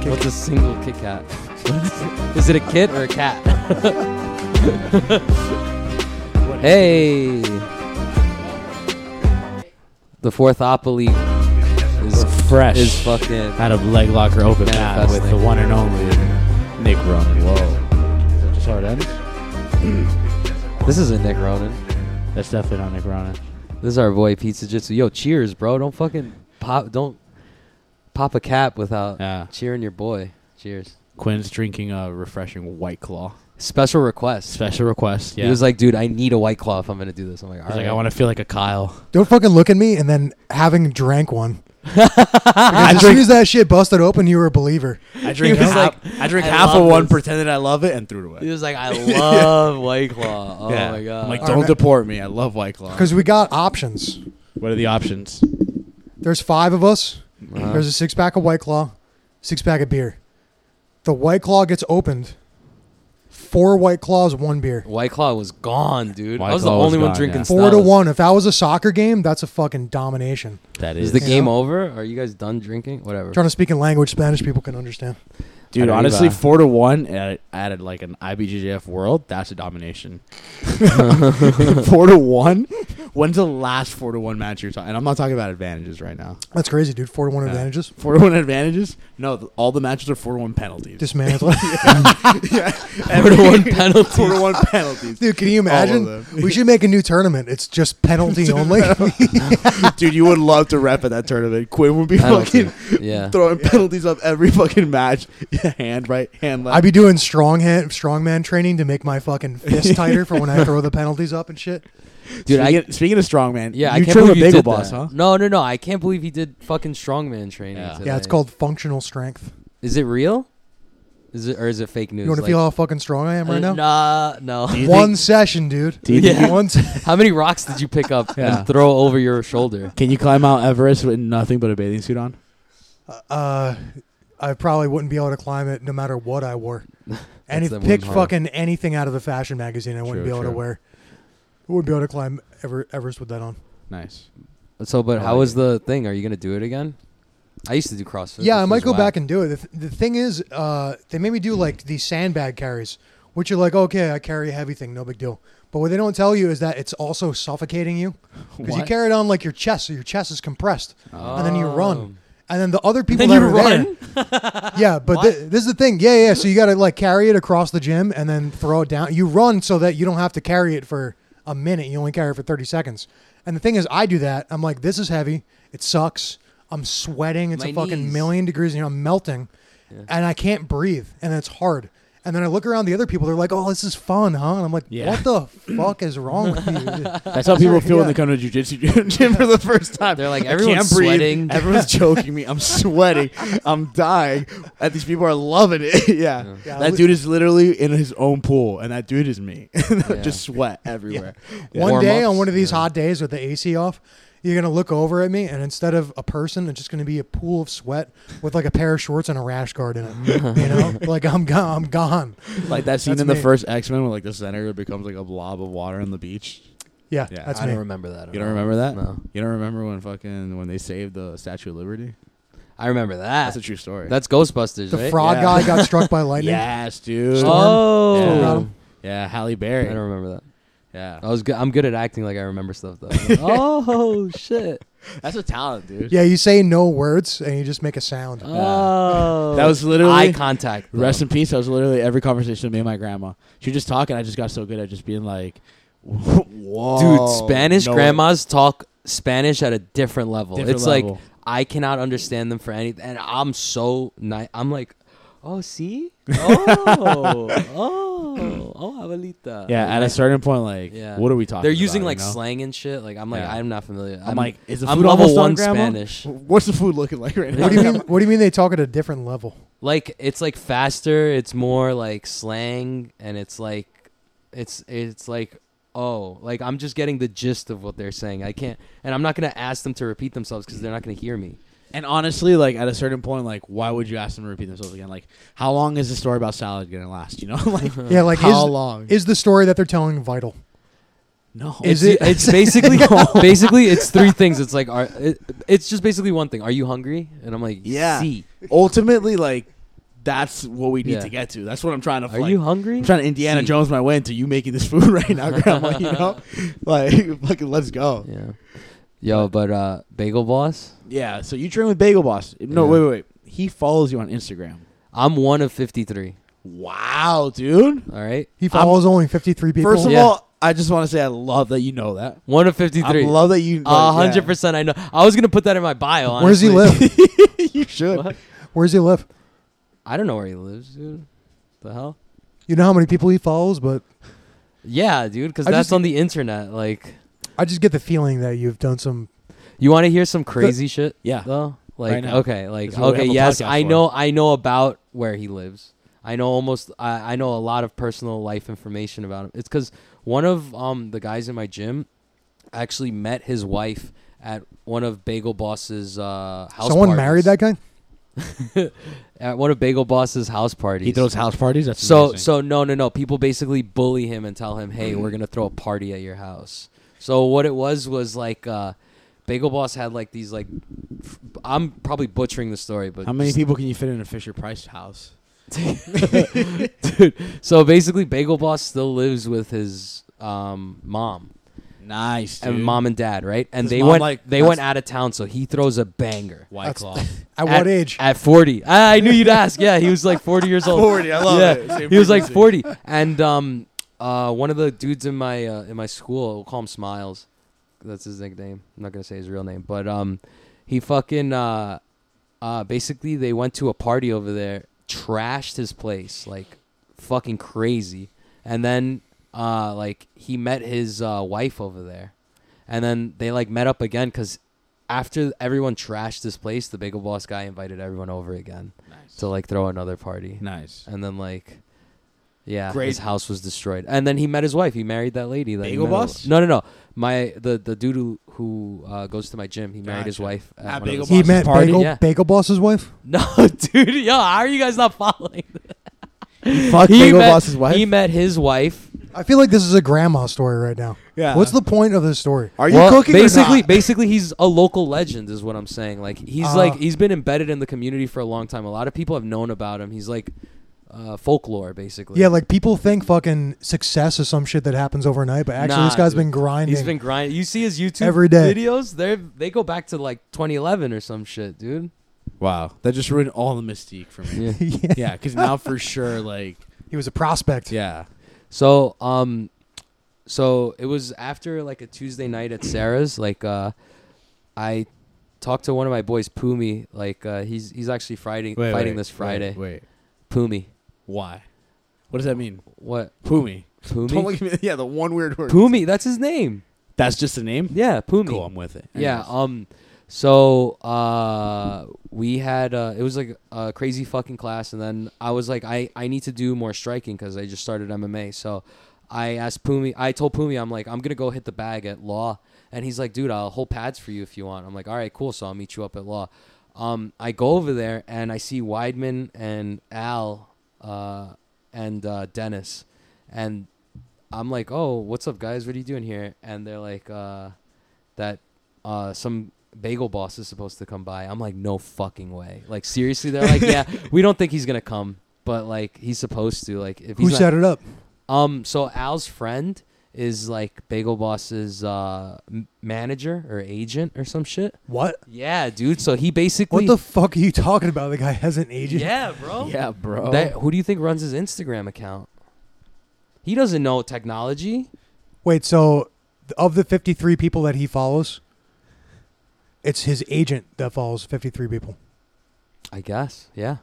Kit What's a single Kit Kat? Is it a kit or a cat? hey! The fourth opoly is, Fresh. is fucking. out of leg locker open mat with the Manifesting. one and only Nick Ronan. Whoa. Is that just how it ends? This is a Nick Ronan. That's definitely not Nick Ronan. This is our boy Pizza Jitsu. Yo, cheers, bro. Don't fucking pop. Don't pop a cap without Yeah. cheering your boy. Cheers. Quinn's drinking a refreshing White Claw. Special request. Special request. Yeah. He was like, dude, I need a white claw if I'm gonna do this. I'm like, all He's right. like, I want to feel like a Kyle. Don't fucking look at me and then having drank one. I Because as soon drink- as that shit busted open, you were a believer. I drink was half, like, I drink I half love of one, this. pretended I love it, and threw it He away. was like, I love white claw. Oh Yeah. my god. I'm like, Or don't ma- deport me. I love White Claw. Because we got options. What are the options? There's five of us. Uh-huh. There's a six pack of White Claw, six pack of beer. The White Claw gets opened. Four White Claws, one beer. White Claw was gone, dude. White I was Claw the was only one gone, drinking. yeah. Four to Stella's. one. If that was a soccer game, that's a fucking domination. That Is the Yeah. game over? Are you guys done drinking? Whatever. trying to speak in language Spanish people can understand. Dude, Arriba. honestly, four to one added, added like an IBJJF world. That's a domination. four to one. When's the last four to one match you're talking? And I'm not talking about advantages right now. That's crazy, dude. Four to one Yeah. advantages. Four to one advantages? No, th- all the matches are four to one penalties. Dismantle. Four to one penalty. four to one penalties. dude, can you All imagine? of them. We should make a new tournament. It's just penalty only. Dude, you would love to rep at that tournament. Quinn would be Penalty. fucking Yeah. throwing penalties up every fucking match. Yeah, hand right, hand left. I'd be doing strong hand, strongman training to make my fucking fist tighter for when I throw the penalties up and shit. Dude, I speaking, speaking of strongman, yeah, I you can't trim believe a you bagel did boss, that. huh? No, no, no. I can't believe he did fucking strongman training. Yeah. today. Yeah, it's called functional strength. Is it real? Is it or is it fake news? You want to Like- feel how fucking strong I am right Uh, now? Nah, no. you One think- session, dude. Do you think you- One se- How many rocks did you pick up Yeah. and throw over your shoulder? Can you climb Mount Everest with nothing but a bathing suit on? uh, I probably wouldn't be able to climb it no matter what I wore. And the if picked one hard. fucking anything out of the fashion magazine, I wouldn't True, be able true. to wear. I wouldn't be able to climb Ever- Everest with that on. Nice. So, but I how like was it. the thing? Are you gonna do it again? I used to do CrossFit. yeah, I which might was go whack. back and do it. The, th- the thing is, uh, they made me do like these sandbag carries, which are like, okay, I carry a heavy thing, no big deal. But what they don't tell you is that it's also suffocating you because you What? carry it on like your chest, so your chest is compressed, Oh. and then you run, and then the other people Then you that are run. there, yeah. But thi- this is the thing, yeah, yeah. So you got to like carry it across the gym and then throw it down. You run so that you don't have to carry it for a minute. You only carry it for thirty seconds. And the thing is, I do that. I'm like, this is heavy. It sucks. I'm sweating. It's My a fucking knees. million million degrees and you know, I'm melting and I can't breathe and it's hard. And then I look around the other people, they're like, oh, this is fun, huh? And I'm like, Yeah. what the fuck is wrong with you? That's how people Yeah. feel when they come to jujitsu gym for the first time. They're like, I everyone's can't breathe. sweating. Everyone's choking me. I'm sweating. I'm dying. And these people are loving it. yeah. Yeah, That we- dude is literally in his own pool, and that dude is me. Yeah. Just sweat everywhere. Yeah. One day Warm-ups, on one of these yeah. hot days with the AC off, you're going to look over at me and instead of a person, it's just going to be a pool of sweat with like a pair of shorts and a rash guard in it. you know, like I'm gone. I'm gone. Like that scene That's in the me. first X Men where like the senator becomes like a blob of water on the beach. Yeah, Yeah, that's I me. don't remember that. at You don't all. remember that? No, You don't remember when fucking when they saved the Statue of Liberty? I remember that. That's That's, a true story. Ghostbusters, The right? frog Yeah. guy got struck by lightning. yes, dude. Storm. Oh, Yeah. Got him. Yeah, Halle I Berry. don't remember that. Yeah, I was good. I'm good at acting like I remember stuff though. I'm like, oh shit! that's a talent, dude. Yeah, you say no words and you just make a sound. Uh, Oh, That was literally- eye contact. though. Rest in peace. That was literally every conversation with me and my grandma. She was just talking. I just got so good at just being like, dude "Whoa, spanish no- grandmas talk spanish at a different level Different it's like level. i cannot understand them for anything and i'm so nice i'm like oh see oh oh oh abuelita Yeah, at a certain point, like, Yeah. what are we talking? they're using about, like you know? slang and shit like i'm like Yeah. i'm not familiar I'm like, is the I'm food level almost one done, grandma? Spanish. What's the food looking like right now? What do you mean? What do you mean they talk at a different level? like it's like faster it's more like slang and it's like it's it's like oh like i'm just getting the gist of what they're saying i can't and i'm not gonna ask them to repeat themselves because they're not gonna hear me And honestly, like at a certain point, like why would you ask them to repeat themselves again? Like, how long is the story about salad gonna last? You know, like Yeah, like how is, long? is the story that they're telling vital? no, It's- is it- It's basically basically it's three things. It's like are it, it's just basically one thing. Are you hungry? And I'm like Yeah. "See." ultimately like That's what we need Yeah. to get to. That's what I'm trying to. Are like, you hungry? I'm trying to Indiana See. Jones my way into you making this food right now, Grandma. you know, like fucking let's go. Yeah. Yo, but uh, Bagel Boss, Yeah. So you train with Bagel Boss? No, Yeah. wait, wait, wait. He follows you on Instagram. I'm one of 53. Wow, dude. All right, He follows only 53 people. First of Yeah. all, I just want to say I love that you know that. one of I 53. love that you. A like, hundred percent. I know. I was gonna put that in my bio. Where does he honestly. live? yeah. you should. What? Where does he live? I don't know where he lives, dude. The hell? You know how many people he follows, but Yeah, dude. Because I that's just- on the internet. Like, I just get the feeling that you've done some. you want to hear some crazy shit? Yeah. Though, like, Right now. okay, like, That's what we okay, have a yes, podcast I for. know, I know about where he lives. I know almost. I, I know a lot of personal life information about him. It's because one of um the guys in my gym actually met his wife at one of Bagel Boss's uh, house. Someone parties. married that guy. at one of Bagel Boss's house parties. He throws house parties. That's So amazing. Mm-hmm. so no no no. People basically bully him and tell him, "Hey, we're gonna throw a party at your house." So what it was was like uh, Bagel Boss had like these like f- I'm probably butchering the story, but How many just- people can you fit in a Fisher Price house? dude? So basically, Bagel Boss still lives with his um, mom Nice. Dude. and mom and dad, right? And His they mom, went like, they that's- went out of town, so he throws a banger. White That's- Claw. At, what age? At 40. I, I knew you'd ask. Yeah, he was like 40 years old. 40, I love it. yeah. Same He was like frequency. 40. And um, uh, one of the dudes in my uh, in my school, we'll call him Smiles. That's his nickname. I'm not going to say his real name. But um, he fucking, uh, uh, basically, they went to a party over there, trashed his place, like fucking crazy. And then, uh, like, he met his uh, wife over there. And then they, like, met up again because after everyone trashed this place, the bagel boss guy invited everyone over again nice. to like throw another party. nice. And then like yeah, Great. his house was destroyed. And then he met his wife. He married that lady. That he Bagel met- Boss? No, no, no. My the the dude who, who uh, goes to my gym. He married his Gotcha. wife. At one of Bagel his- He Boss's met party? Bagel, Yeah. Bagel Boss's wife. No, dude. Yo, how are you guys not following? Fuck He Bagel met- Boss's wife. He met his wife. I feel like this is a grandma story right now. Yeah. What's the point of this story? Are you Well, cooking? Basically, or not? basically, he's a local legend, is what I'm saying. Like he's Uh. like he's been embedded in the community for a long time. A lot of people have known about him. He's like uh, folklore, basically. Yeah, like people think fucking success is some shit that happens overnight, but actually Nah, this guy's dude. been grinding. He's been grinding. You see his YouTube Every day. videos? They they go back to like 2011 or some shit, dude. wow, that just ruined all the mystique for me. Yeah. yeah. yeah, because now for sure, like, He was a prospect. yeah, So um, so it was after like a Tuesday night at Sarah's. Like uh, I talked to one of my boys, Pumi. Like uh, he's he's actually fighting fighting this Friday. Wait, wait, Pumi, why? What does that mean? what Pumi. Don't Pumi? look at me. Yeah, the one weird word. Pumi, that's his name. That's just a name. Yeah, Pumi. Cool, I'm with it. Yeah. Anyways. Um. So uh, we had uh, it was like a crazy fucking class, and then I was like, I I need to do more striking because I just started MMA. So I asked Pumi. I told Pumi, I'm like, I'm gonna go hit the bag at Law, and he's like, dude, I'll hold pads for you if you want. I'm like, all right, cool. So I'll meet you up at Law. Um, I go over there and I see Weidman and Al, uh, and uh, Dennis, and I'm like, oh, what's up, guys? What are you doing here? And they're like, uh, that uh, some bagel boss is supposed to come by. I'm like, no fucking way. Like seriously, they're like, yeah, we don't think he's gonna come, but like he's supposed to. Like if Who he's not- set it up? um, so Al's friend is like Bagel Boss's uh, m- manager or agent or some shit. What? Yeah, dude. So he basically What the fuck are you talking about? The guy has an agent. uh, yeah, bro. yeah, bro. That, who do you think runs his Instagram account? He doesn't know technology. Wait, so th- of the 53 people that he follows, it's his agent that follows 53 people. I guess. Yeah.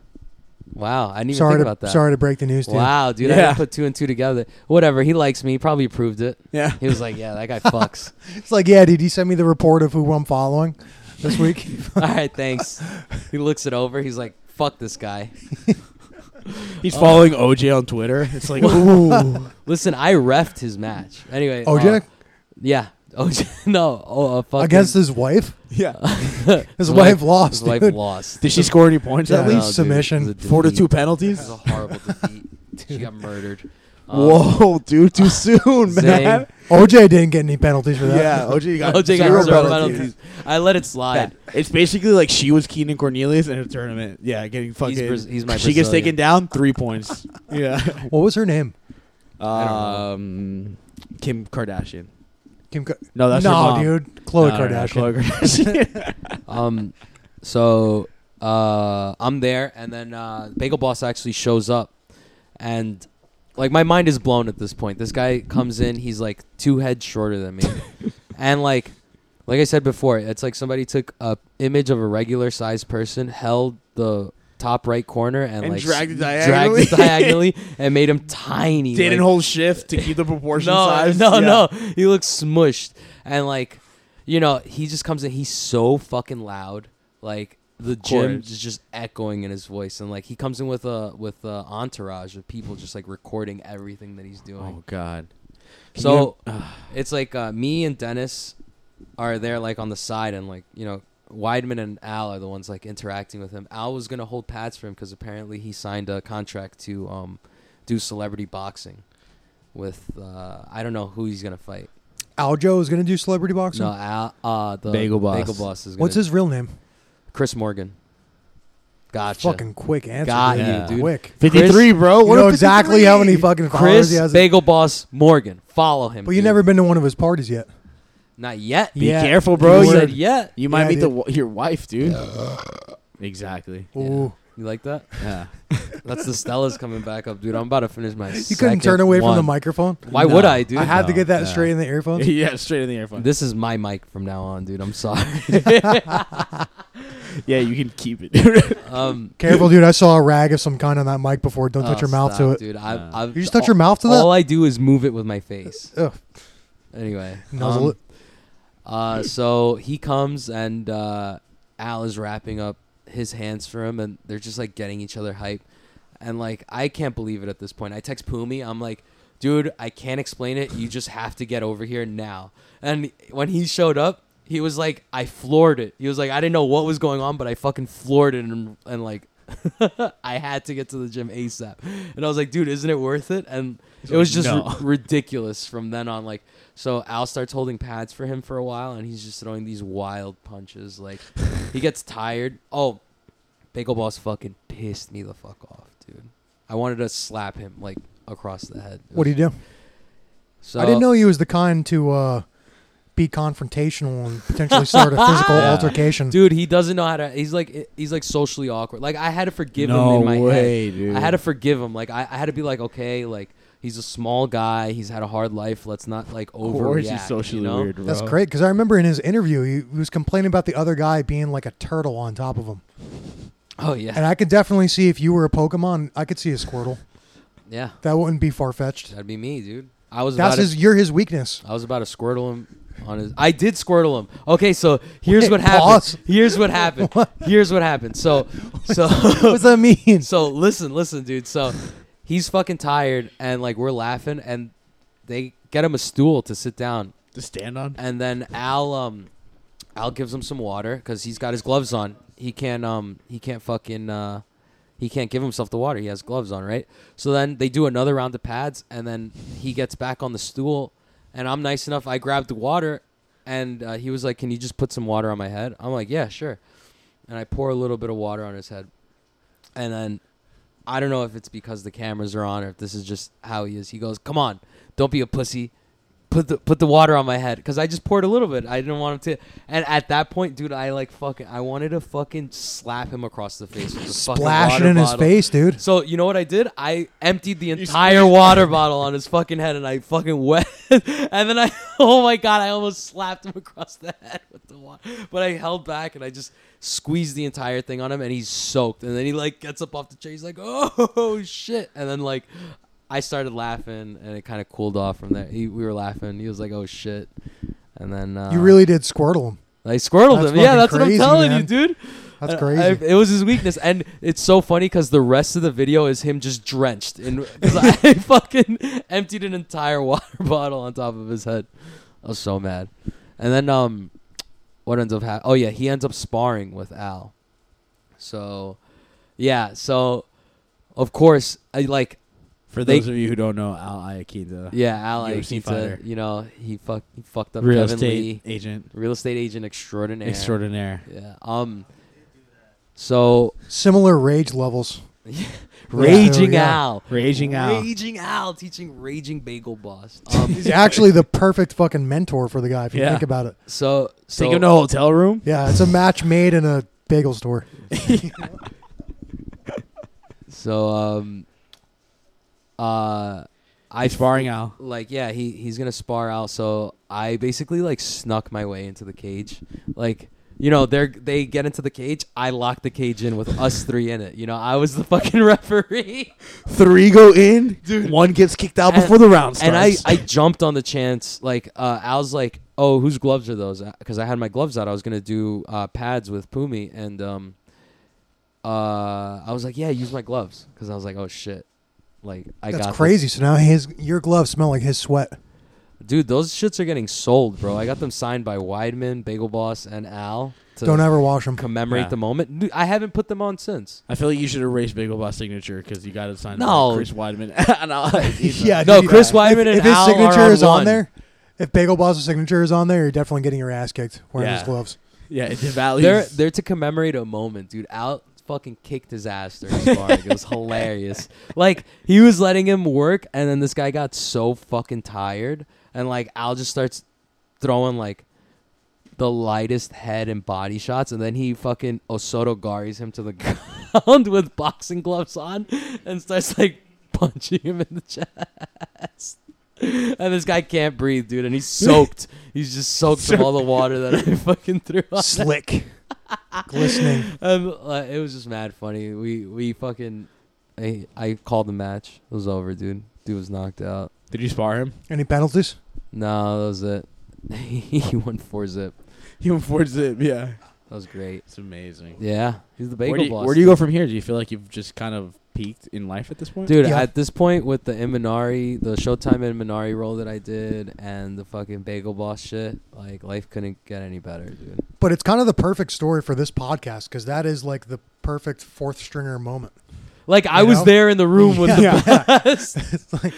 Wow, I didn't even Sorry think to, about that. sorry to break the news to you. Wow, dude, I Yeah. didn't put two and two together. Whatever, he likes me. He probably approved it. yeah. He was like, "Yeah, that guy fucks." It's like, yeah, dude, you sent me the report of who I'm following this week. All right, thanks. He looks it over. He's like, "Fuck this guy." He's following OJ on Twitter. It's like, ooh. Listen, I refed his match. Anyway, uh, OJ yeah, OJ. No, oh, uh, fucking, against his wife? yeah. His His wife, wife- lost. his wife dude. lost. Did she score any points Yeah, at no, least? least submission. dude, it was a Four to defeat. Uh, two It was penalties. a horrible defeat. She got murdered. Um, Whoa, dude, too soon, Zane, man. OJ didn't get any penalties for that. Yeah, OJ got OJ got zero zero penalties. penalties. I let it slide. Yeah, It's basically like she was Keenan Cornelius in a tournament. Yeah, getting fucking. Braz- he's my she gets Brazilian. taken down three points. yeah. What was her name? know. Um, Kim Kardashian. Kim. Ka- No, Oh, that's her no, mom. dude. Khloe No, no, no, Kardashian. Khloe Kardashian. Um, so uh, I'm there, and then uh, Bagel Boss actually shows up, and like my mind is blown at this point. This guy comes in, he's like two heads shorter than me, and like, like I said before, it's like somebody took a image of a regular sized person, held the top right corner, and, And like dragged s- it diagonally. dragged it diagonally, and made him tiny. Didn't like- hold shift to keep the proportion no, size. No, Yeah. no. He looks smushed. And like, you know, he just comes in. He's so fucking loud. Like the gym course. is just echoing in his voice. And like he comes in with a with a entourage of people just like recording everything that he's doing. Oh God. Can So it's like uh, me and Dennis are there like on the side, and like you know Weidman and Al are the ones like interacting with him. Al was gonna hold pads for him because apparently he signed a contract to um, do celebrity boxing with uh, I don't know who he's gonna fight. Aljo is gonna do celebrity boxing. No, Al, uh, the Bagel Boss. is gonna What's his real name? Chris Morgan. Gotcha. Fucking quick answer. Got dude. you, dude. Quick. 53, bro. You What know a exactly how many 53. fucking followers Chris he has. Bagel Boss Morgan. Follow him. but you dude. never been to one of his parties yet. Not yet. Yeah. Be careful, bro. You Word. said You, yet. you might Yeah, meet the dude. w- your wife, dude. exactly. Ooh. You like that? Yeah. That's the Stella's coming back up, dude. I'm about to finish my. You couldn't turn away from the microphone. Why would No. I, dude? I had to No, get that no. straight in the earphones. yeah, straight in the earphone. This is my mic from now on, dude. I'm sorry. yeah, you can keep it. dude. um, Careful, dude. I saw a rag of some kind on that mic before. Don't oh, touch your mouth stop, to it. dude. I, No. I've, You just touch your mouth to All that. I do is move it with my face. Ugh. Anyway, Nuzzle um, Uh, so he comes and uh, Al is wrapping up his hands for him, and they're just like getting each other hype. And like, I can't believe it at this point. I text Pumi. I'm like, dude, I can't explain it. You just have to get over here now. And when he showed up, he was like, I floored it. He was like, I didn't know what was going on, but I fucking floored it, and, and like. I had to get to the gym ASAP. And I was like, dude, isn't it worth it? And it was just No. ri- ridiculous from then on. Like, so Al starts holding pads for him for a while, and he's just throwing these wild punches. Like, he gets tired. Oh, Bagel Boss fucking pissed me the fuck off, dude. I wanted to slap him like across the head. What do you do? So I didn't know he was the kind to uh, be confrontational and potentially start a physical Yeah. altercation. dude. He doesn't know how to. He's like, he's like socially awkward. Like, I had to forgive no him in my head. way, dude. I had to forgive him. Like I, I had to be like, okay, like he's a small guy. He's had a hard life. Let's not like Of course, he's overreact. socially you know? weird, bro. That's great because I remember in his interview he was complaining about the other guy being like a turtle on top of him, Oh yeah, and I could definitely see if you were a Pokemon, I could see a Squirtle. yeah. That wouldn't be far fetched. That'd be me, dude. I was That's about his. You're his weakness. to, I was about to squirtle him on his. I did squirtle him. Okay, so here's Wait, what happened. pause. Here's what happened. Here's what happened. So, so What does that mean? so listen, listen, dude. So he's fucking tired, and like we're laughing, and they get him a stool to sit down, to stand on. and then Al um Al gives him some water because he's got his gloves on. He can't um he can't fucking uh he can't give himself the water. He has gloves on, right? So then they do another round of pads, and then he gets back on the stool, and I'm nice enough. I grabbed the water, and uh, he was like, "Can you just put some water on my head?" I'm like, "Yeah, sure," and I pour a little bit of water on his head, and then I don't know if it's because the cameras are on or if this is just how he is. He goes, "Come on, don't be a pussy. Put the put the water on my head because I just poured a little bit. I didn't want him to." And at that point, dude, I like fucking. I wanted to fucking slap him across the face with a fucking Splash it water in his bottle. face, dude. So you know what I did? I emptied the squeezed entire water bottle on his fucking head, and I fucking wet. and then I, oh my god, I almost slapped him across the head with the water, but I held back and I just squeezed the entire thing on him, and he's soaked. And then he like gets up off the chair, he's like, oh shit, and then like. I started laughing and it kind of cooled off from there. He, we were laughing. He was like, "Oh shit," and then uh, You really did Squirtle him. I squirtled That's him. Yeah, fucking that's what I'm crazy, telling man. you, dude. That's Uh, crazy. I- it was his weakness, and it's so funny because the rest of the video is him just drenched, and I fucking emptied an entire water bottle on top of his head. I was so mad. And then um, what ends up happening? Oh yeah, he ends up sparring with Al. So, yeah. So, of course, I like For They- those of you who don't know, Al Iaquinta, Yeah, Al UFC Iaquinta, fighter. you know, he fuck he fucked up real Kevin estate Lee, agent real estate agent extraordinaire. extraordinaire. Yeah. Um. So Similar rage levels. raging yeah. Al, Raging Al. raging Al, teaching raging bagel boss. Um. He's actually the perfect fucking mentor for the guy if you Yeah. think about it. so so Take him to a hotel room. Yeah, it's a match made in a bagel store. so um. Uh, I I sparring Al. like yeah he he's gonna spar out so i basically like snuck my way into the cage like you know they're they get into the cage i lock the cage in with us three in it you know i was the fucking referee Three go in, One gets kicked out And- before the round and i starts. i jumped on the chance like uh al's like oh whose gloves are those because i had my gloves out i was gonna do uh pads with pumi and um uh i was like yeah use my gloves because i was like oh shit like i That's got this. crazy. So now his your gloves smell like his sweat. Dude, those shits are getting sold, bro. I got them signed by Weidman, Bagel Boss, and Al to Don't ever wash them. commemorate Yeah. the moment. Dude, I haven't put them on since. I feel like you should erase Big Boss signature because you got it signed No. by Chris Weidman and Al Iaquinta. Yeah, No, dude, Chris yeah. Weidman if, and if his Al are signature on is one. on there, if Bagel Boss's signature is on there, you're definitely getting your ass kicked wearing Yeah. his gloves. yeah, it devalues. They're they're to commemorate a moment, dude. Al fucking kicked his ass during sparring. it was hilarious. Like he was letting him work, and then this guy got so fucking tired, and like Al just starts throwing like the lightest head and body shots, and then he fucking Osoto garis him to the ground with boxing gloves on, and starts like punching him in the chest. And this guy can't breathe, dude, and he's soaked. He's just soaked from all the water that I fucking threw on. Slick, glistening. Um, uh, it was just mad funny. We we fucking, I I called the match. It was over, dude. Dude was knocked out. Did you spar him? Any penalties? No, that was it. he won four zip. He enforced it. Yeah, That was great. it's amazing. Yeah, he's the bagel where do, you, boss. where do you go from here? Do you feel like you've just kind of peaked in life at this point? Dude, Yeah. at this point with the Imanari, the Showtime and Minari role that I did, and the fucking Bagel Boss shit, like life couldn't get any better, dude. But it's kind of the perfect story for this podcast because that is like the perfect fourth stringer moment. Like I You was know? there in the room with the best. It's like,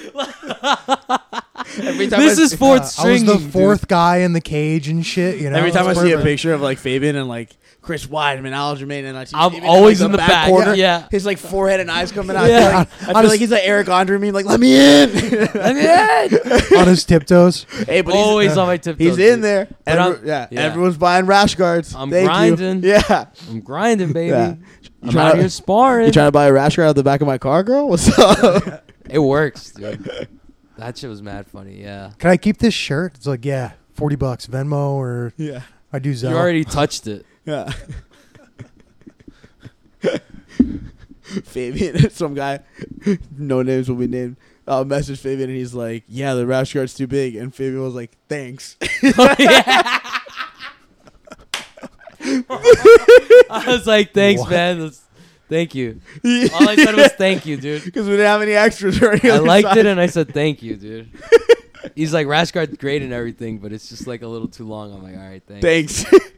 every this is yeah, fourth string. I was the fourth guy in the cage and shit. You know, every time I It's see a perfect. picture of like Fabian and like Chris Weidman, Al Jermaine, and I see I'm Fabian always like, in the back, corner, yeah. his like forehead and eyes coming out. Yeah. Like, I, I feel just- like he's like Eric Andre meme, like let me in. on his tiptoes. hey, but he's, always on my tiptoes. he's dude. in there. But Every- I'm- yeah, yeah. everyone's buying rash guards. I'm Thank you. grinding. Yeah, I'm grinding, baby. Yeah. You I'm out tryna- here sparring. You trying to buy a rash guard out of the back of my car, girl? What's up? It works, dude. that shit was mad funny. Yeah, Can I keep this shirt? It's like, yeah, forty bucks Venmo or yeah, I do Zelle. you already touched it. yeah. Fabian, some guy, no names will be named. Uh, message Fabian and he's like, "Yeah, the rash guard's too big." And Fabian was like, "Thanks." I was like, thanks, What? man. That's- thank you. All I said was Because thank you, dude. we didn't have any extras or anything. I liked it, and I said thank you, dude. He's like, Rashgard's great and everything, but it's just like a little too long. I'm like, all right, thanks. Thanks.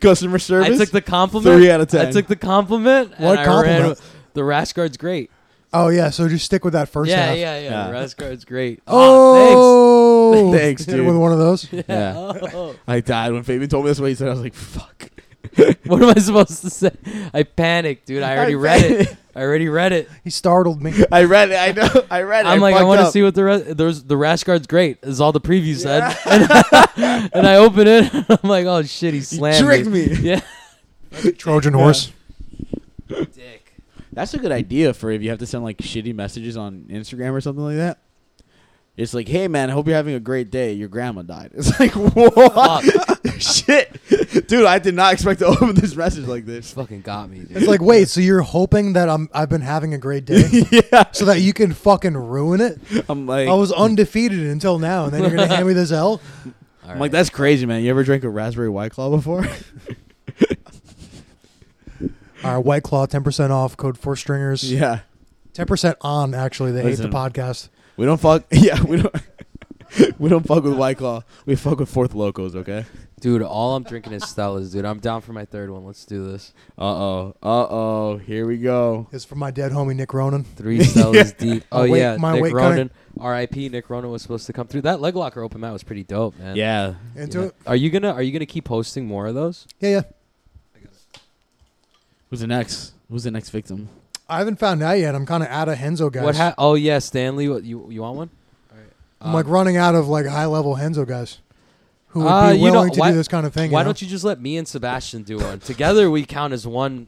Customer I service. took the compliment. Three out of I 10. took the compliment. What and I compliment? ran with- the Rashgard's great. Oh yeah, so just stick with that first yeah, half. yeah, yeah, Yeah. Rashgard's great. Oh, Oh, Thanks. Thanks, dude. With one of those. thanks. Yeah. Oh. I died when Fabian told me this. What he said, I was like, "Fuck." What am I supposed to say? I panicked, dude. I already read it. I already read it. He startled me. I read it. I know. I read it. I'm like, I fucked want to up. see what the rest. There's the rash guard's great. Is all the preview said. And, I open it. and I'm like, oh shit, he slammed. tricked me. Yeah. Trojan horse. Dick. That's a good idea for if you have to send like shitty messages on Instagram or something like that. It's like, hey man, I hope you're having a great day. Your grandma died. It's like, what? Shit, dude, I did not expect to open this message like this. Fucking got me. Dude. It's like, wait, so you're hoping that I'm I've been having a great day, yeah, so that you can fucking ruin it? I'm like, I was undefeated until now, and then you're gonna hand me this L. All I'm right. like, that's crazy, man. You ever drank a raspberry white claw before? All right, White Claw, ten percent off. Code four stringers. yeah, Ten percent on. Actually, they hate Listen. the podcast. we don't fuck. Yeah, we don't. we don't fuck with White Claw. We fuck with Fourth Locos, okay? Dude, all I'm drinking is Stella's, dude. I'm down for my third one. Let's do this. Uh oh. Uh oh. Here we go. It's from my dead homie Nick Ronan. Three Stella's deep. My Oh, weight- yeah. my Nick weight cutter. Ronan. R.I.P. Nick Ronan was supposed to come through. That leg locker open mat was pretty dope, man. Yeah. Into Yeah. it? Are you gonna Are you gonna keep hosting more of those? Yeah, yeah. Who's the next? Who's the next victim? I haven't found out yet. I'm kind of out of Henzo guys. What? Ha- uh, oh yeah, Stanley. What, you You want one? I'm like running out of like high level Henzo guys who would Uh, be you willing know, to why- do this kind of thing. Why don't you just let me and Sebastian do one together? We count as one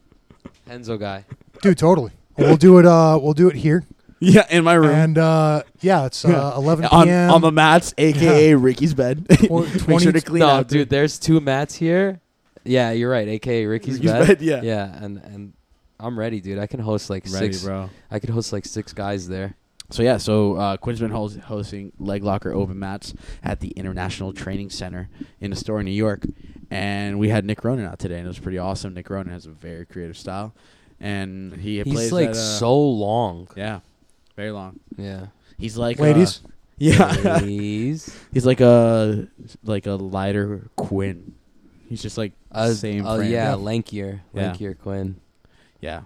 Enzo guy. you, dude? Totally. We'll do it. Uh, we'll do it here. Yeah, in my room. And uh, yeah, it's uh, 11 on, p.m. on the mats, aka Ricky's bed. Or Make 20 sure to clean No, out, dude. There's two mats here. Yeah, you're right. AKA Ricky's, Ricky's bed. bed, yeah. Yeah, and and I'm ready, dude. I can host like Ready, six. bro. I could host like six guys there. So yeah, so uh, Quinn's been hos- hosting leg locker open mats at the International Training Center in a store in New York, and we had Nick Ronan out today, and it was pretty awesome. Nick Ronan has a very creative style, and he plays He's like at, uh, so long. yeah, very long. Yeah. He's like ladies. uh, yeah, Please. he's like a like a lighter Quinn. He's just like Uh, same. uh, frame. yeah, lankier, Yeah. lankier Quinn. Yeah.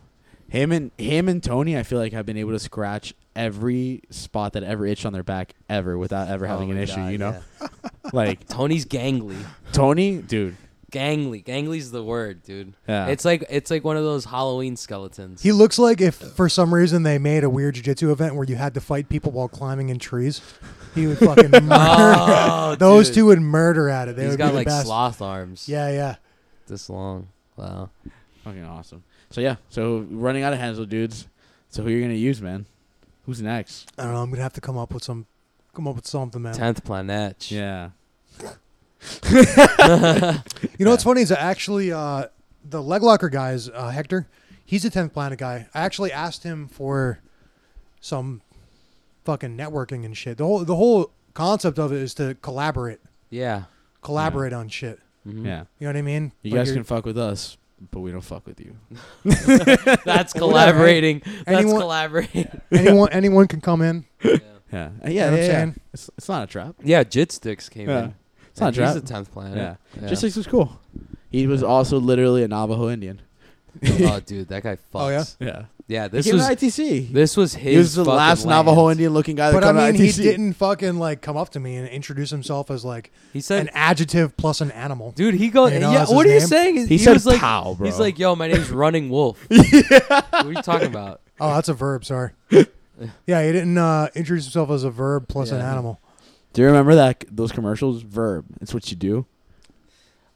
Him and him and Tony, I feel like have been able to scratch every spot that ever itched on their back ever without ever having Oh an my issue, God, you know? yeah. Like Tony's gangly, Tony, dude. gangly, gangly's the word, dude. Yeah. It's like it's like one of those Halloween skeletons. He looks like if for some reason they made a weird jiu-jitsu event where you had to fight people while climbing in trees, he would fucking murder. Oh, Those dude. two would murder at it. They He's would got be like the best. sloth arms. Yeah, yeah. This long. Wow. fucking awesome. So yeah, so running out of Hansel dudes. So who you gonna use, man? Who's next? I don't know. I'm gonna have to come up with some, come up with something, man. Tenth planet. Yeah. You know what's funny is I actually uh, the leg locker guys, uh, Hector, he's a tenth planet guy. I actually asked him for some fucking networking and shit. The whole the whole concept of it is to collaborate, Yeah. collaborate on shit. Mhm. Yeah. You know what I mean? You Like guys you're- can fuck with us, but we don't fuck with you. That's Whatever, right? collaborating. That's Anyone- collaborating. anyone anyone can come in. yeah. Yeah. Uh, Yeah, You know what yeah, I'm yeah. saying? It's, it's not a trap. yeah, Jit Sticks came Yeah. in. It's not a And trap. He's the tenth planet. yeah. Yeah. Just like was cool. He was also literally a Navajo Indian. oh, dude, that guy fucks. Oh, yeah? Yeah. Yeah, this This he was was ITC. this was his. he was the fucking last land. Navajo Indian looking guy that But I come out mean, he ITC. didn't fucking like come up to me and introduce himself as like He said, an adjective plus an animal. "Dude, he goes. You know, yeah, that's uh, his what are you name? saying? He, said was like, "Pow, bro." He's like, yo, my name's Running Wolf. What are you talking about? Oh, that's a verb. Sorry. yeah, he didn't uh, introduce himself as a verb plus an Yeah. animal. Do you remember that those commercials? Verb. It's what you do.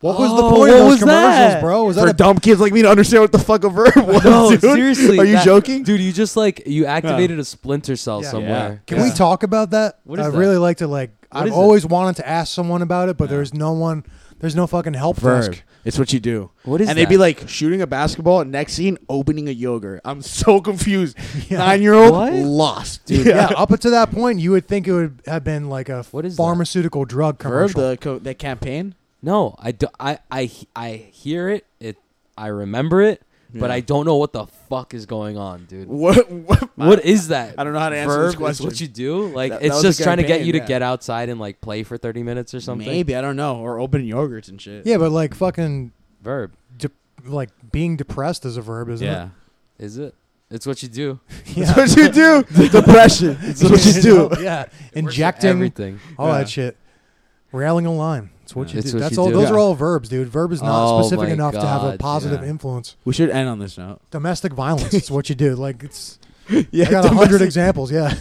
What was Oh, the point what of those was commercials, that? bro? Was For that a dumb kids like me to understand what the fuck a verb was. No, dude. seriously. Are you that- joking? dude? You just like you activated a splinter cell Yeah. somewhere. Can Yeah. we talk about that? What is I that? really like to like. What I've is always wanted to ask someone about it, but Yeah. there's no one. There's no fucking help Verb. desk. It's what you do. What is and they'd be that? like shooting a basketball. and Next scene, opening a yogurt. I'm so confused. Yeah. Nine year old What? lost. Dude, yeah. Up until that point, you would think it would have been like a What is that? pharmaceutical drug Verb. commercial. The co- that campaign. No, I do, I I I hear it. It I remember it, but Yeah. I don't know what the fuck is going on, dude. What? What? What is that? I don't know how to answer Verb this is question. what you do? Like That- that it's was just a trying to get campaign, you to yeah. get outside and like play for 30 minutes or something. Maybe I don't know. Or opening yogurts and shit. yeah, but like fucking Verb. de- like being depressed is a verb, isn't Yeah. Is it? It's what you do. it? That's what you do. Depression. That's what you do. No, yeah, injecting Everything. all Yeah. that shit, railing a line. It's what Yeah. you It's do. what That's you all. do. Those Yeah. are all verbs, dude. Verb is not Oh specific my enough to have a God, positive yeah. influence. We should end on this note. Domestic violence. it's what you do. Like it's. Yeah, I got a hundred examples. Yeah.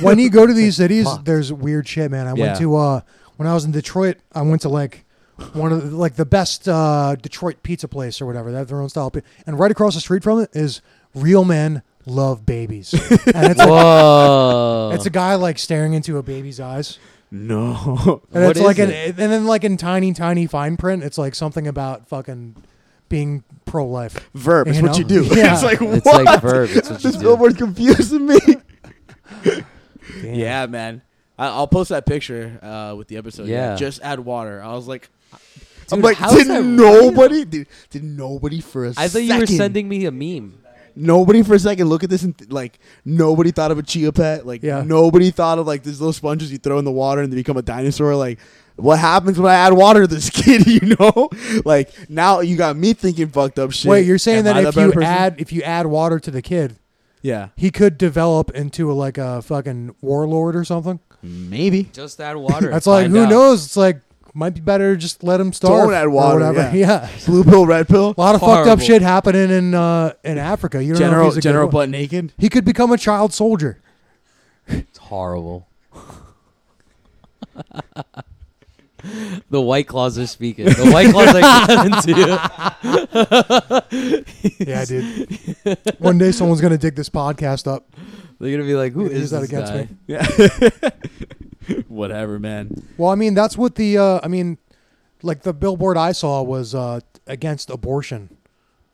when you go to these cities, there's weird shit, man. I went Yeah. to uh, when I was in Detroit, I went to like one of the, like the best uh, Detroit pizza place or whatever. They have their own style, of pi- and right across the street from it is Real Men Love Babies, and it's like, Whoa. it's a guy like staring into a baby's eyes, No. and What it's like is an it? and then like in tiny tiny fine print, it's like something about fucking being pro life. Verb You is what know? you do. Yeah. it's like it's what? like verb. It's what you this do. billboard's confusing me. yeah, man. I, I'll post that picture uh, with the episode. Yeah. Yeah. Just add water. I was like, Dude, I'm like, how's did that real? nobody? Did, did nobody for a I thought second? you were sending me a meme. nobody for a second look at this and th- like nobody thought of a chia pet. Like Yeah. nobody thought of like these little sponges you throw in the water and they become a dinosaur. Like what happens when I add water to this kid? You know, like now you got me thinking fucked up shit. Wait, you're saying Am that I if the better you person? add if you add water to the kid, yeah, he could develop into like a fucking warlord or something. maybe. Just add water. That's like Find who out. knows? It's like might be better to just let him starve. Don't add or water, whatever. Yeah. Blue pill, red pill. a lot of fucked Horrible. up shit happening in uh, in Africa. You don't know if General he's a good General one. butt naked. He could become a child soldier. It's horrible. the White Claws are speaking. The White Claws are Yeah, dude. One day someone's gonna dig this podcast up. They're gonna be like, "Who is Use that this against guy?" me. Yeah. Whatever, man. Well, I mean, that's what the uh, I mean, like the billboard I saw was uh, against abortion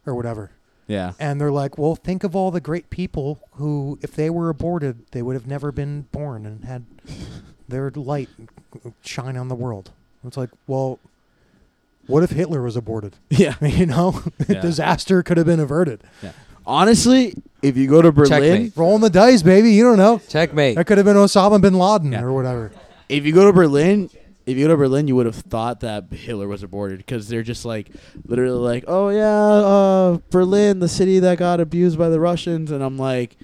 or whatever. Yeah. And they're like, well, think of all the great people who, if they were aborted, they would have never been born and had their light shine on the world. It's like, well, what if Hitler was aborted? Yeah. You know, Yeah. disaster could have been averted. Honestly, if you go to Berlin, Checkmate. Rolling the dice, baby. You don't know. Checkmate. That could have been Osama bin Laden Yeah. or whatever. if you go to Berlin, if you go to Berlin, you would have thought that Hitler was aborted because they're just like literally like, oh yeah, uh, Berlin, the city that got abused by the Russians, and I'm like.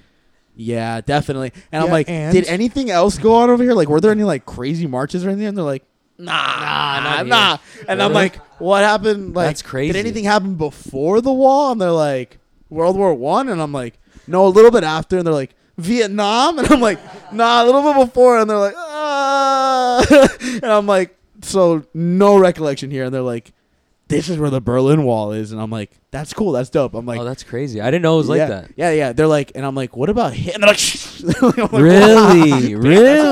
Yeah, definitely. And I'm Yeah, like, and- did anything else go on over here? Like, were there any like crazy marches or anything? And they're like, nah, nah, not nah. And I'm Really? like, what happened? Like, That's crazy. Did anything happen before the wall? And they're like, World War One. And I'm like, no, a little bit after. And they're like, Vietnam. And I'm like, nah, a little bit before. And they're like, ah. and I'm like, so no recollection here. And they're like, this is where the Berlin Wall is. And I'm like, that's cool. That's dope. I'm like. oh, that's crazy. I didn't know it was yeah, like that. Yeah, yeah. They're like, and I'm like, what about him? And they're like, I'm like, Really, That's how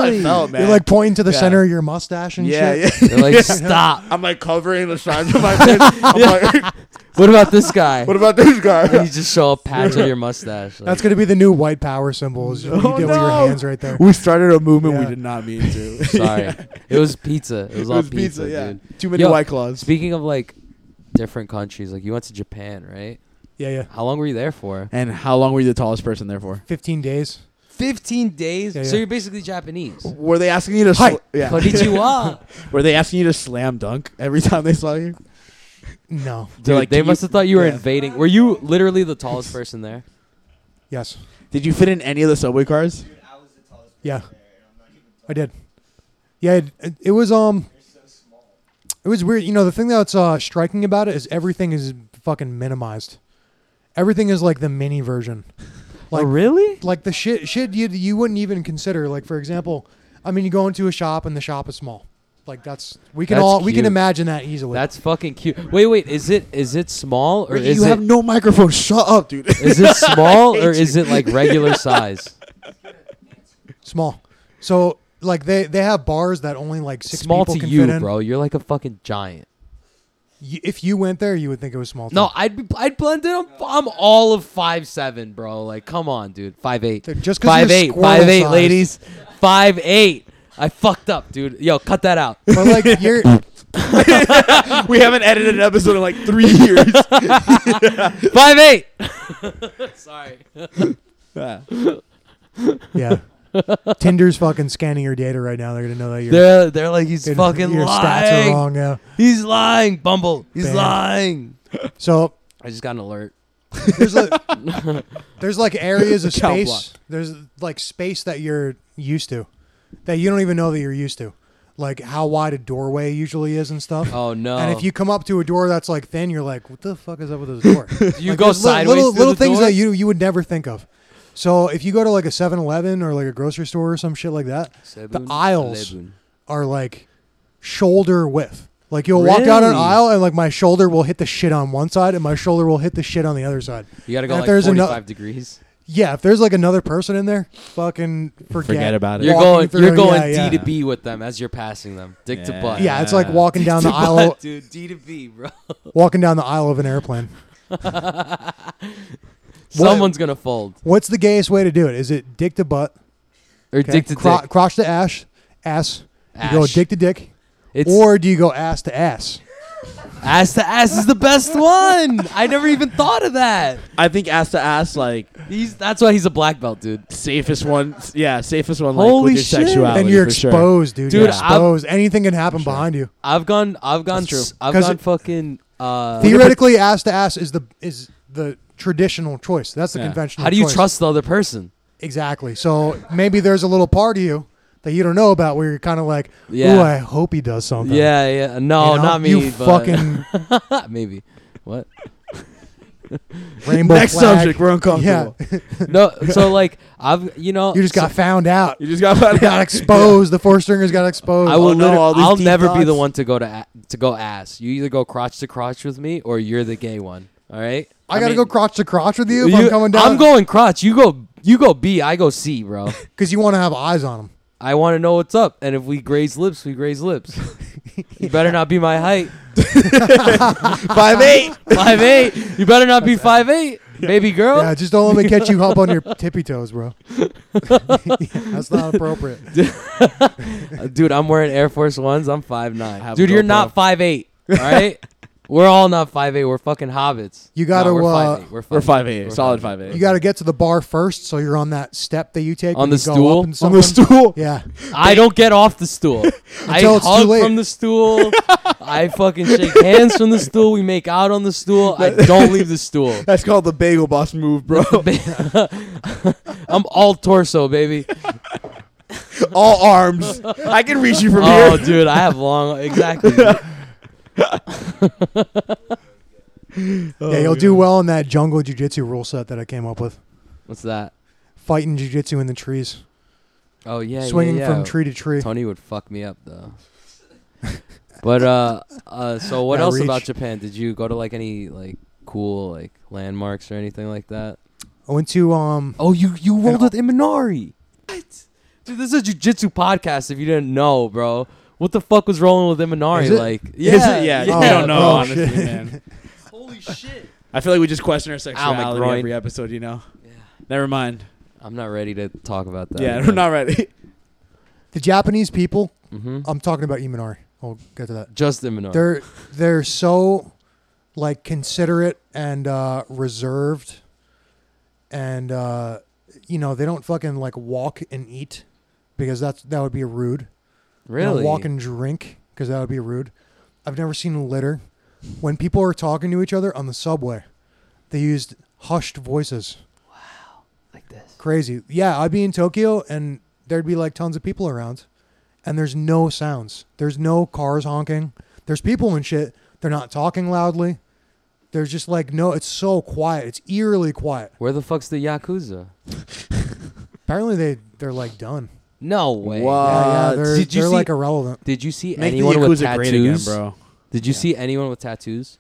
I really. felt, man. You're like pointing to the Yeah. center of your mustache and yeah, shit. yeah. They're like, stop. I'm like covering the sides of my face. I'm like, What about this guy? what about this guy? And you just show a patch on your mustache. Like, That's gonna be the new white power symbol. Is what you Oh, did with your no. hands right there. We started a movement we Yeah. did not mean to. sorry. It was pizza. It was it all was pizza, pizza, yeah. dude. Too many Yo, white claws. Speaking of like different countries, like you went to Japan, right? Yeah, yeah. How long were you there for? and how long were you the tallest person there for? Fifteen days. 15 days. Yeah, So yeah. you're basically Japanese. Were they asking you to? Hi. Sl- yeah. Konnichiwa. were they asking you to slam dunk every time they saw you? No. Dude, like, they "Can must you-" have thought you were Yeah. invading. Were you literally the tallest person there? Yes. Did you fit in any of the subway cars? Yeah. I did. Yeah, it, it was um It was weird. You know, the thing that's uh striking about it is everything is fucking minimized. Everything is like the mini version. Like really? like the shit shit you you wouldn't even consider. Like for example, I mean you go into a shop and the shop is small. Like that's we can That's all we can cute. imagine that easily. That's fucking cute. Wait, wait. Is it is it small or Ricky, is you have it no microphone. Shut up, dude. is it small or is it like regular size? small. So like they they have bars that only like six small people to can you, fit in. bro. You're like a fucking giant. Y- If you went there, you would think it was small. to No, I'd be, I'd blend in. I'm, I'm all of five seven, bro. Like, come on, dude. Five eight. Dude, just 'cause five you're eight, squirrel five eight, sized. ladies. Five eight. I fucked up, dude. Yo, cut that out. But like you're we haven't edited an episode in like three years. Five eight. Sorry. Yeah. Yeah. Tinder's fucking scanning your data right now. They're gonna know that you're They're they're like he's your- fucking your stats are lying. wrong. Yeah. He's lying, Bumble. He's Banned. lying. So I just got an alert. there's a, there's like areas of Child space. block. There's like space that you're used to, that you don't even know that you're used to, like how wide a doorway usually is and stuff. Oh no. And if you come up to a door that's like thin, you're like, what the fuck is up with this door? you Like, go there's li- sideways, little, through little the things door? that you you would never think of. So if you go to like a 7-Eleven or like a grocery store or some shit like that, Seven, aisles. eleven. are like shoulder width. Like you'll walk down an Really? aisle and like my shoulder will hit the shit on one side and my shoulder will hit the shit on the other side. You gotta And go if like there's forty-five ano- degrees. Yeah, if there's like another person in there, fucking forget, Forget about it. You're walking going. through, You're going yeah, yeah. D to B with them as you're passing them. Dick to Yeah. butt. Yeah, it's like Ah. walking down the to butt, aisle, dude. D to B, bro. walking down the aisle of an airplane. Someone's gonna fold What's the gayest way to do it? Is it dick to butt? or Okay? dick to Cro- dick. crotch to ash, ass. You go Ash. dick to dick, It's or do you go ass to ass? ass to ass is the best one. I never even thought of that. I think ass to ass, like He's that's why he's a black belt, dude. safest one. Yeah, safest one. Like, Holy with your shit. Sexuality, and you're for sure. exposed, dude. Dude, You're I'm- exposed. Anything can happen behind you. I've gone. I've gone. That's true. s- I've 'Cause gone. it- fucking. Uh, Theoretically, ass to ass is the is the traditional choice. That's the Yeah. conventional. how do you choice. trust the other person? Exactly. So maybe there's a little part of you that you don't know about where you're kind of like, Yeah. "Ooh, I hope he does something." Yeah, yeah. No, You know? not me. You but- fucking maybe. What? rainbow Next flag. subject, we're Yeah, uncomfortable. No. So like I've you know you just got found out. You just got You got exposed. The four stringers got exposed. I will Oh, no, literally- all these I'll deep never be the thoughts. one to go to a- to go ass. You either go crotch to crotch with me, or you're the gay one. All right. I gotta mean, go crotch to crotch with you if I'm you- coming down. I'm going crotch. You go. You go B. I go C, bro. because you want to have eyes on him. I want to know what's up. And if we graze lips, we graze lips. You better not be my height. five eight. Five eight. You better not be five eight, baby girl. Yeah, just don't let me catch you up on your tippy toes, bro. that's not appropriate. Uh, Dude, I'm wearing Air Force Ones. I'm five nine. Have Dude, a you're GoPro. not five eight. All right. We're all not five eight. We're fucking hobbits. You gotta, No, we're uh, five eight. We're We're five, five eight. Solid five eight. You got to get to the bar first, so you're on that step that you take On when the you go stool? up and on the something. stool. Yeah, I don't get off the stool. I Until it's too hug late. from the stool. I fucking shake hands from the stool. We make out on the stool. I don't leave the stool. That's called the bagel boss move, bro. I'm all torso, baby. All arms. I can reach you from Oh, here. dude, I have long. Exactly. dude. yeah, you'll do well in that jungle jujitsu rule set that I came up with. What's that? Fighting jujitsu in the trees, Oh yeah, yeah, swinging yeah. from tree to tree. Tony would fuck me up though. but uh, uh, so what Now else about reach. Japan? Did you go to like any like cool like landmarks or anything like that? I went to um. Oh, you you rolled rolled with with Imanari. What? Dude, this is a jujitsu podcast. If you didn't know, bro, what the fuck was rolling with Imanari? Is it? Like, Is yeah, it? yeah, yeah. Oh, yeah, we don't know, bro. honestly, man. Holy shit. I feel like we just question our groin. sexuality every episode, you know? Yeah. Never mind. I'm not ready to talk about that. yeah, we're not ready. The Japanese people, hmm I'm talking about Imanari. I'll get to that. Just Imanari. They're they're so like considerate and uh, reserved, and uh, you know they don't fucking like walk and eat because that's that would be rude. You know, really walk and drink because that would be rude. I've never seen litter. When people are talking to each other on the subway, they used hushed voices. like this. Crazy. Yeah, I'd be in Tokyo and there'd be like tons of people around, and there's no sounds. There's no cars honking. There's people and shit. They're not talking loudly. There's just like no. It's so quiet. It's eerily quiet. Where the fuck's the yakuza? Apparently they they're like done. No way. Wow. yeah, yeah, Uh, they're, did you they're see- like irrelevant. Did you see Make the anyone with Yakuza tattoos? great again, bro. Did you Yeah. see anyone with tattoos?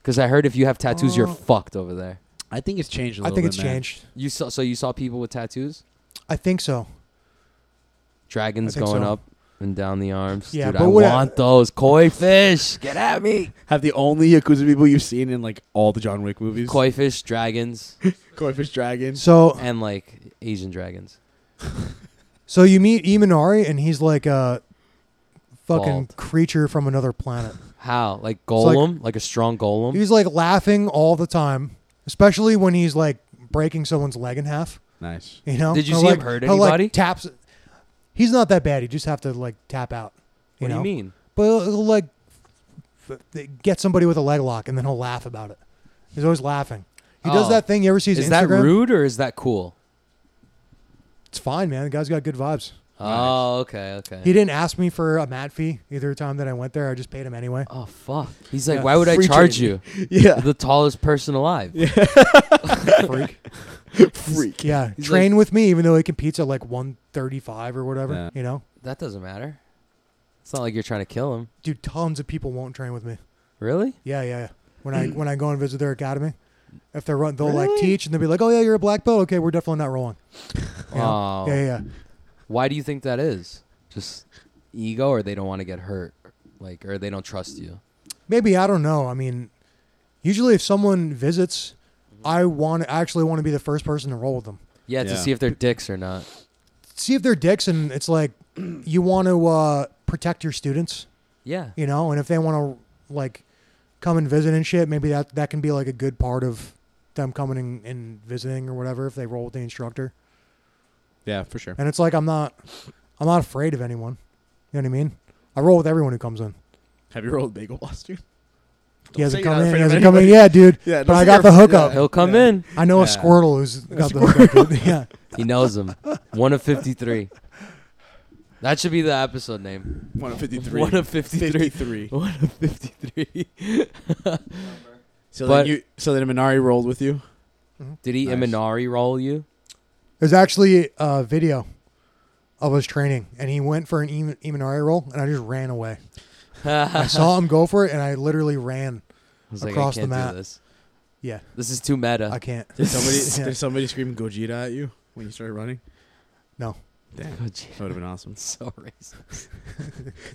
Because I heard if you have tattoos, you're Uh, fucked over there. I think it's changed a I little think bit, it's man. changed. You saw, so you saw people with tattoos, I think so. dragons I think going so. up and down the arms. Yeah, Dude, but I what I- want those koi fish. Get at me. Have the only Yakuza people you've seen in like all the John Wick movies. Koi fish, dragons, Koi Fish Dragon. So and like Asian dragons. So you meet Imanari, and he's like a fucking Bald. creature from another planet. How? Like like- golem? Like, a strong golem? He's like laughing all the time, especially when he's like breaking someone's leg in half. Nice. You know? Did you Or, see him like, hurt or, like, anybody? taps. He's not that bad. You just have to like tap out. You what do know? you mean? But he'll, like f- get somebody with a leg lock, and then he'll laugh about it. He's always laughing. He does Oh. that thing. You ever see his Is Instagram? that rude or is that cool? It's fine, man. The guy's got good vibes. Oh, okay, okay. He didn't ask me for a mat fee either time that I went there. I just paid him anyway. oh fuck. He's like, Yeah. why would I Free charge training. you? Yeah. The tallest person alive. Freak. Freak. Yeah, He's train with me, even though he competes at like 135 or whatever. Yeah. You know, That doesn't matter. It's not like you're trying to kill him. dude, tons of people won't train with me. Really? Yeah, yeah. yeah. When I when I go and visit their academy, if they're run, they'll like Mm. Really? teach and they'll be like, "Oh yeah, you're a black belt. Okay, we're definitely not rolling." You know? Oh. Yeah, yeah, yeah. Why do you think that is? Just ego or they don't want to get hurt? Like or they don't trust you. Maybe I don't know. I mean, usually if someone visits, I want I actually want to be the first person to roll with them. Yeah, to Yeah. see if they're dicks or not. See if they're dicks, and it's like you want to uh, protect your students, Yeah. you know, and if they want to like come and visit and shit, maybe that that can be like a good part of them coming and, and visiting or whatever if they roll with the instructor. Yeah, for sure. And it's like I'm not I'm not afraid of anyone. You know what I mean? I roll with everyone who comes in. Have you rolled bagel boss, dude? he say hasn't you're come not in. He afraid of hasn't come in anybody. yet, dude. Yeah, But I got the hookup. He'll come in. I know a Yeah. squirrel who's got the hookup. dude. Yeah. He knows him. One of fifty-three. That should be the episode name. in. One of fifty-three. One of fifty-three. fifty-three. One of fifty-three. So But- then you, so then Minari rolled with you. Did he Nice. Imanari roll you? There's actually a video of us training, and he went for an Im- Imanari roll, and I just ran away. I I saw him go for it, and I literally ran. was like, I across can't the do map. this. Yeah, This is too meta. I can't. Did somebody, Yeah. did somebody scream Gogeta at you when you started running? No. Damn, that would have been awesome. so racist.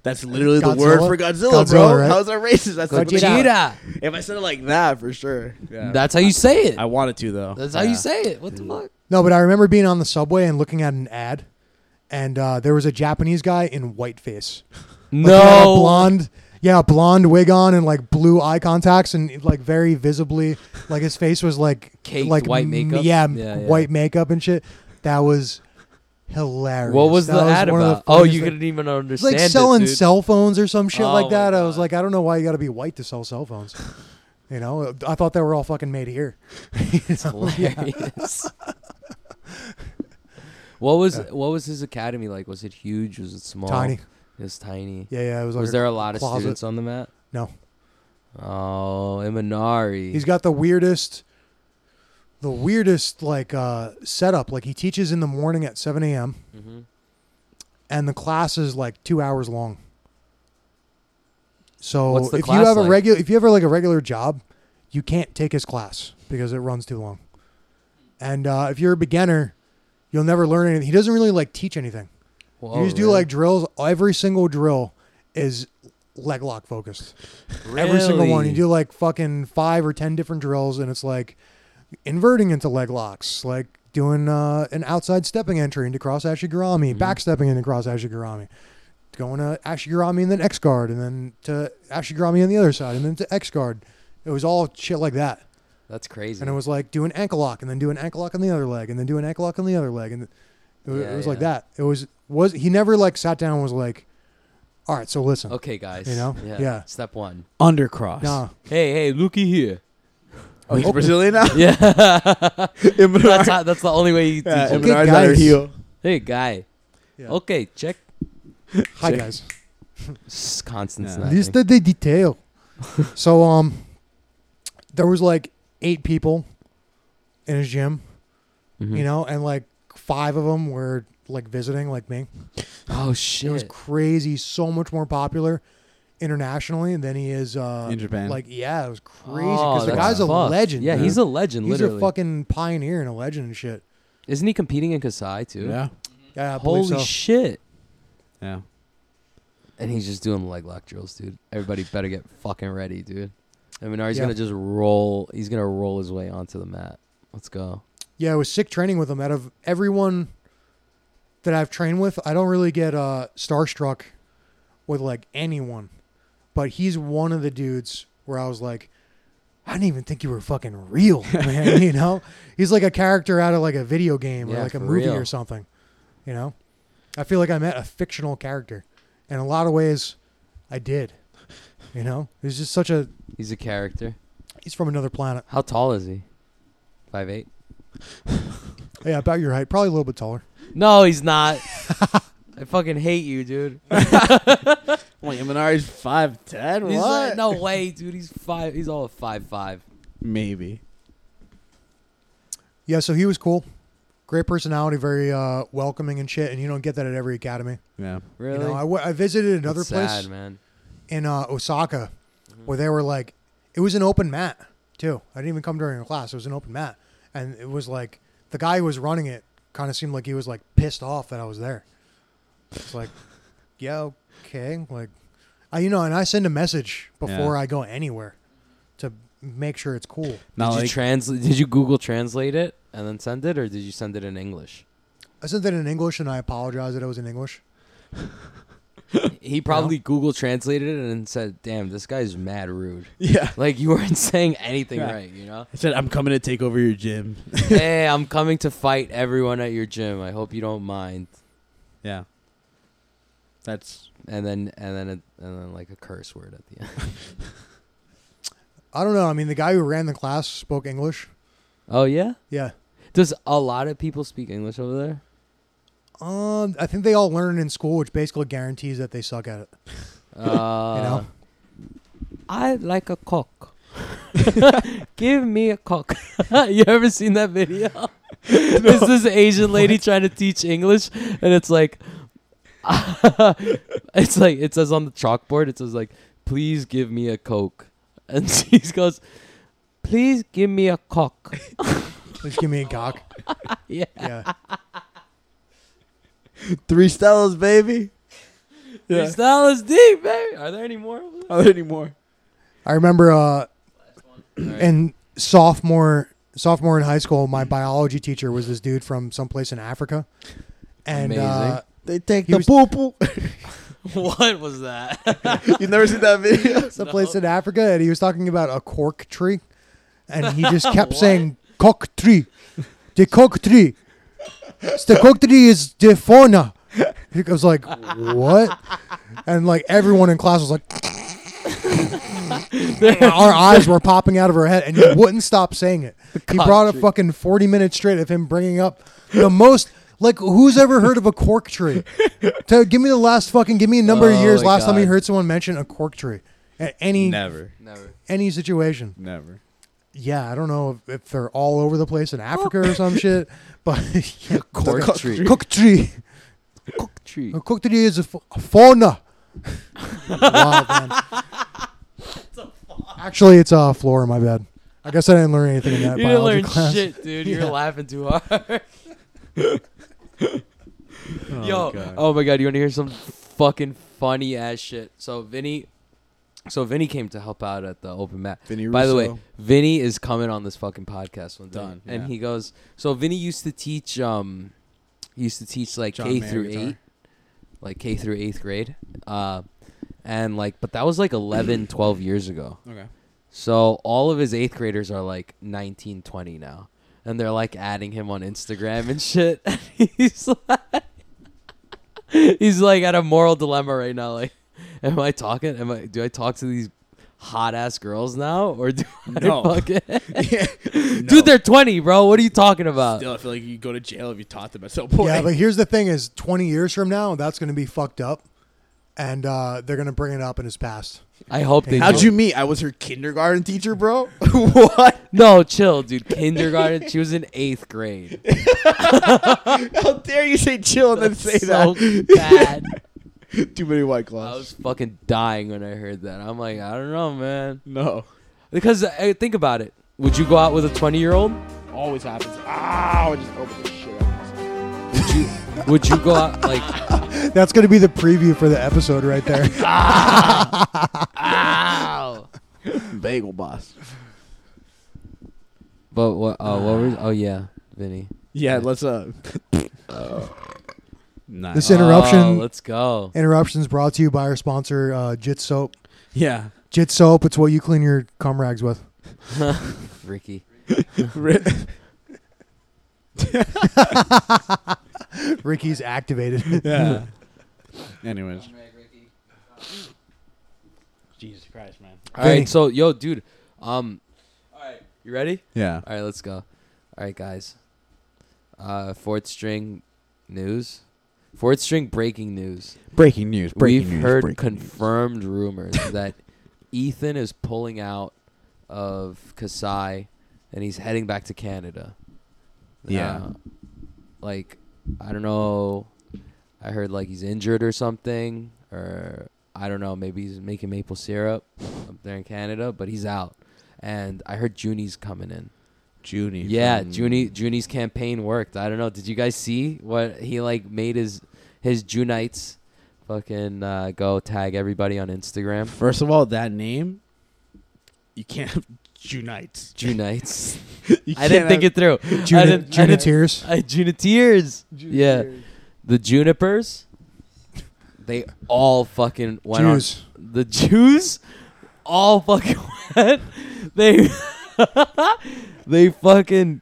That's literally the Godzilla? word for Godzilla, Godzilla, bro. right? How is that racist? That's like- Gogeta. If I said it like that, for sure. Yeah. That's how you say it. I wanted to though. That's how you say it. What the fuck? No, but I remember being on the subway and looking at an ad, and uh, there was a Japanese guy in whiteface. Like, he had a blonde. Yeah, a blonde wig on and like blue eye contacts and like very visibly, like his face was like Caked like white m- makeup? Yeah, Yeah, yeah. white makeup and shit. That was hilarious. What was That the ad one of about? oh, funniest you things. couldn't even It's understand. like it, selling dude. cell phones or some shit Oh like that. my I was God. like, I don't know why you got to be white to sell cell phones. You know, I thought they were all fucking made here. Hilarious. what was what was his academy like? Was it huge? Was it small? Tiny. It was tiny. Yeah, yeah. It was like was a- there a lot of closet. students on the mat? No. Oh, Imanari. He's got the weirdest, the weirdest like uh, setup. Like he teaches in the morning at seven a.m. Mhm. and the class is like two hours long. So What's the if you class have a like? regular, if you have like a regular job, you can't take his class because it runs too long. And uh, if you're a beginner, you'll never learn anything. He doesn't really like teach anything. Whoa, you just do really? like drills. Every single drill is leg lock focused. Every single one. You Really? do like fucking five or ten different drills, and it's like inverting into leg locks, like doing uh, an outside stepping entry into cross ashigarami, Mhm. back stepping into cross ashigarami, going to ashigarami and then X guard, and then to ashigarami on the other side, and then to X guard. It was all shit like that, That's crazy. and it was like do an ankle lock, and then do an ankle lock on the other leg, and then do an ankle lock on the other leg, and it was, Yeah, it was like yeah. that. It was was he never like sat down and was like, all right, so listen, okay, guys. You know? Yeah. Yeah. Step one. Undercross. nah, Hey, hey, looky here. Oh, he's Brazilian now. Yeah. that's how, that's the only way you teach Yeah, it. Okay, Imanari's not a guys. heel. Hey, guy. Yeah. Okay, check. hi Sick. guys. S- Constance. Yeah. Yeah. Lista de detail. so um, there was like eight people in his gym, Mm-hmm. you know, and like five of them were like visiting, like me. Oh shit. It was crazy. So much more popular internationally than he is uh, In Japan. Like yeah, it was crazy Oh, because the that's guy's a fucked. legend. Yeah, dude. he's a legend. he's literally. a fucking pioneer and a legend and shit. Isn't he competing in Kasai too? Yeah. Yeah, I believe Holy so. shit. Yeah. And he's just doing leg lock drills, dude. Everybody better get fucking ready, dude. I mean, he's Yeah. gonna just roll. He's gonna roll his way onto the mat. Let's go. Yeah, it was sick training with him. Out of everyone that I've trained with, I don't really get uh, starstruck with like anyone, but he's one of the dudes where I was like, I didn't even think you were fucking real, man. you know, he's like a character out of like a video game or Yeah, like a for movie real. or something. You know, I feel like I met a fictional character, in a lot of ways, I did. You know, he's just such a He's a character. he's from another planet. How tall is he? Five eight. Yeah, about your height, probably a little bit taller. No, he's not. I fucking hate you, dude. Well, Imanari's five ten. He's like, no way, dude. He's five. He's all five five. Maybe. Yeah, so he was cool. Great personality, very uh, welcoming and shit. And you don't get that at every academy. Yeah. Really? You know, I, w- I visited another That's place Sad, man. Mm-hmm. in uh, Osaka where they were like, it was an open mat too. I didn't even come during a class. It was an open mat, and it was like the guy who was running it kind of seemed like he was like pissed off that I was there. It's like, yeah, okay, like, I you know, and I send a message before Yeah. I go anywhere to make sure it's cool. Not did you like translate? Did you Google translate it and then send it, or did you send it in English? I sent that in English, and I apologize that it was in English. He probably Google translated it and said, "Damn, this guy's mad rude." Yeah. Like you weren't saying anything Yeah. right, you know. I said, I'm coming to take over your gym. hey, I'm coming to fight everyone at your gym. I hope you don't mind. Yeah. That's And then and then a, and then like a curse word at the end. I don't know. I mean, the guy who ran the class spoke English. oh yeah. Yeah. Does a lot of people speak English over there? Um, I think they all learn in school, which basically guarantees that they suck at it. Uh, You know? I like a cock. Give me a cock. you ever seen that video? It's this Asian lady trying to teach English, and it's like, it's like it says on the chalkboard. It says like, "Please give me a coke," and she goes, "Please give me a cock." Please give me a cock. yeah, Yeah. three Stellas, baby. your style is deep, baby. Are there any more? over there? Are there any more? I remember uh, Alright. in sophomore sophomore in high school, my biology teacher was this dude from someplace in Africa, and uh, Amazing. They take He the was- poo poo. what was that? You've never seen that video? someplace in Africa, and he was talking about a cork tree, and he just kept What? saying "cock tree, the cock tree, It's the cock tree is the fauna." I was like, "What?" And like everyone in class was like. our eyes were popping out of her head, and you wouldn't stop saying it. He brought up fucking forty minutes straight of him bringing up the most. Like, who's ever heard of a cork tree? To give me the last fucking, give me a number Oh of years. my Last time you God. heard someone mention a cork tree at any Never. Never. any situation. Never. Yeah, I don't know if, if they're all over the place in Africa or some shit, but yeah, Cork cork tree. Cork tree. Cook tree. A cork tree is a, fa- a fauna. Wild, man. Actually, it's a uh, floor. My bad. I guess I didn't learn anything in that You didn't biology learn class. shit, dude. You're Yeah. laughing too hard. Oh, Yo, oh my god, you want to hear some fucking funny ass shit? So Vinny, so Vinny came to help out at the open mat. Vinny By the way, Russo. Vinny is coming on this fucking podcast one day, Done, and yeah. he goes. So Vinny used to teach, um, he used to teach like John K Mayer through guitar. eight, like K through eighth grade, uh, and like, but that was like 11, 12 years ago. Okay. So all of his eighth graders are like 19, 20 now. And they're like adding him on Instagram and shit. And he's like, he's like at a moral dilemma right now. Like, am I talking? Am I? Do I talk to these hot ass girls now, or do No. I fucking? No. Dude, they're twenty, bro. What are you talking about? Still, I feel like you go to jail if you taught them at some point. Yeah, but here's the thing: is twenty years from now, that's going to be fucked up, and uh, they're going to bring it up in his past. I hope they. How'd don't. you meet? I was her kindergarten teacher, bro. what? No, chill, dude. Kindergarten. she was in eighth grade. How dare you say chill and then That's say so that? bad. Too many white I claws. was fucking dying when I heard that. I'm like, I don't know, man. No. Because uh, think about it. Would you go out with a 20 year old? Always happens. Ah, I just opened the shit up. Would you, would you go out like? That's going to be the preview for the episode right there. Ow! Bagel boss. But what? Oh, what were? Oh yeah, Vinny. Yeah, Oh. let's uh. nice. This interruption. Oh, let's go. Interruptions brought to you by our sponsor, uh, Jit Soap. yeah. Jit Soap. It's what you clean your cum rags with. Ricky. Ri- Ricky's activated. yeah. Anyways. Jesus Christ, man. All right, Vinny. so yo, dude. Um. All right, you ready? Yeah. All right, let's go. All right, guys. Uh, fourth string news. Fourth string breaking news. Breaking news. We've heard confirmed rumors that Ethan is pulling out of Kasai and he's heading back to Canada. Yeah. Uh, like, I don't know. I heard like he's injured or something, or I don't know. Maybe he's making maple syrup up there in Canada, but he's out. And I heard Junie's coming in. Junie. Yeah, from- Junie Junie's campaign worked. I don't know. Did you guys see what he like made his his Junites fucking uh, go tag everybody on Instagram? First of all, that name. You can't have Junites. Junites. You I didn't can't think have- it through. I Juni- didn't- I didn't- Juniteers. I Juniteers. Yeah, the junipers. They all fucking went Jews. on. The Jews all fucking went. They they fucking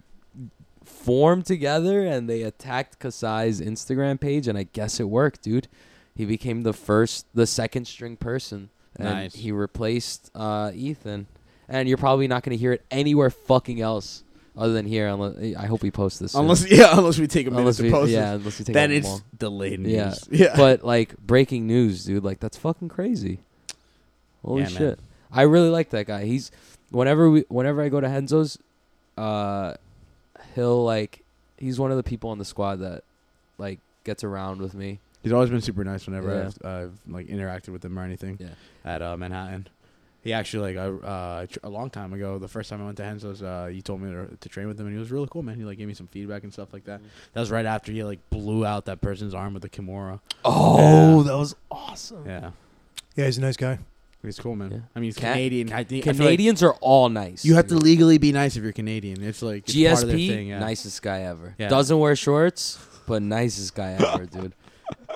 formed together and they attacked Kasai's Instagram page, and I guess it worked, dude. He became the first, the second string person, and Nice. he replaced uh, Ethan. And you're probably not gonna hear it anywhere fucking else other than here. Unless I hope we post this. soon. Unless yeah, unless we take a minute Unless to we- post yeah, it. unless we take then a it's long- delayed news. Yeah. yeah. But like breaking news, dude. Like that's fucking crazy. Holy Yeah, man. shit! I really like that guy. He's whenever we whenever I go to Henzo's, uh, he'll like he's one of the people on the squad that like gets around with me. He's always been super nice whenever Yeah. I've, I've like interacted with him or anything. Yeah. At uh, Manhattan, he actually like I, uh, tr- a long time ago, the first time I went to Henzo's, uh, he told me to, to train with him, and he was really cool, man. He like gave me some feedback and stuff like that. Mm-hmm. That was right after he like blew out that person's arm with the kimura. Oh, that was awesome. Yeah, Yeah, he's a nice guy. he's cool, man. Yeah. I mean, he's Cat- Canadian. I think I feel like Canadians are all nice. you have to dude. legally be nice if you're Canadian. It's like it's part of their GSP, thing, yeah. nicest guy ever. Yeah. Doesn't wear shorts, but nicest guy ever, dude.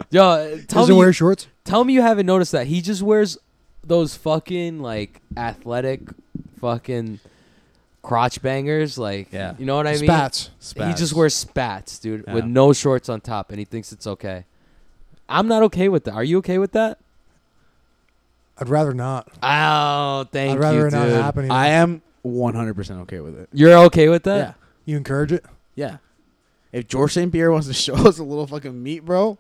Yo, uh, tell Doesn't me, wear shorts. Tell me you haven't noticed that. He just wears those fucking like athletic fucking crotch bangers. Like, Yeah. you know what I mean? Spats. He Spats. just wears spats, dude, with Yeah. no shorts on top, and he thinks it's okay. I'm not okay with that. Are you okay with that? I'd rather not. Oh, thank I'd rather you, it not dude. happen. Even. I am 100 percent okay with it. You're okay with that? yeah. you encourage it. Yeah. If George St. Pierre wants to show us a little fucking meat, bro,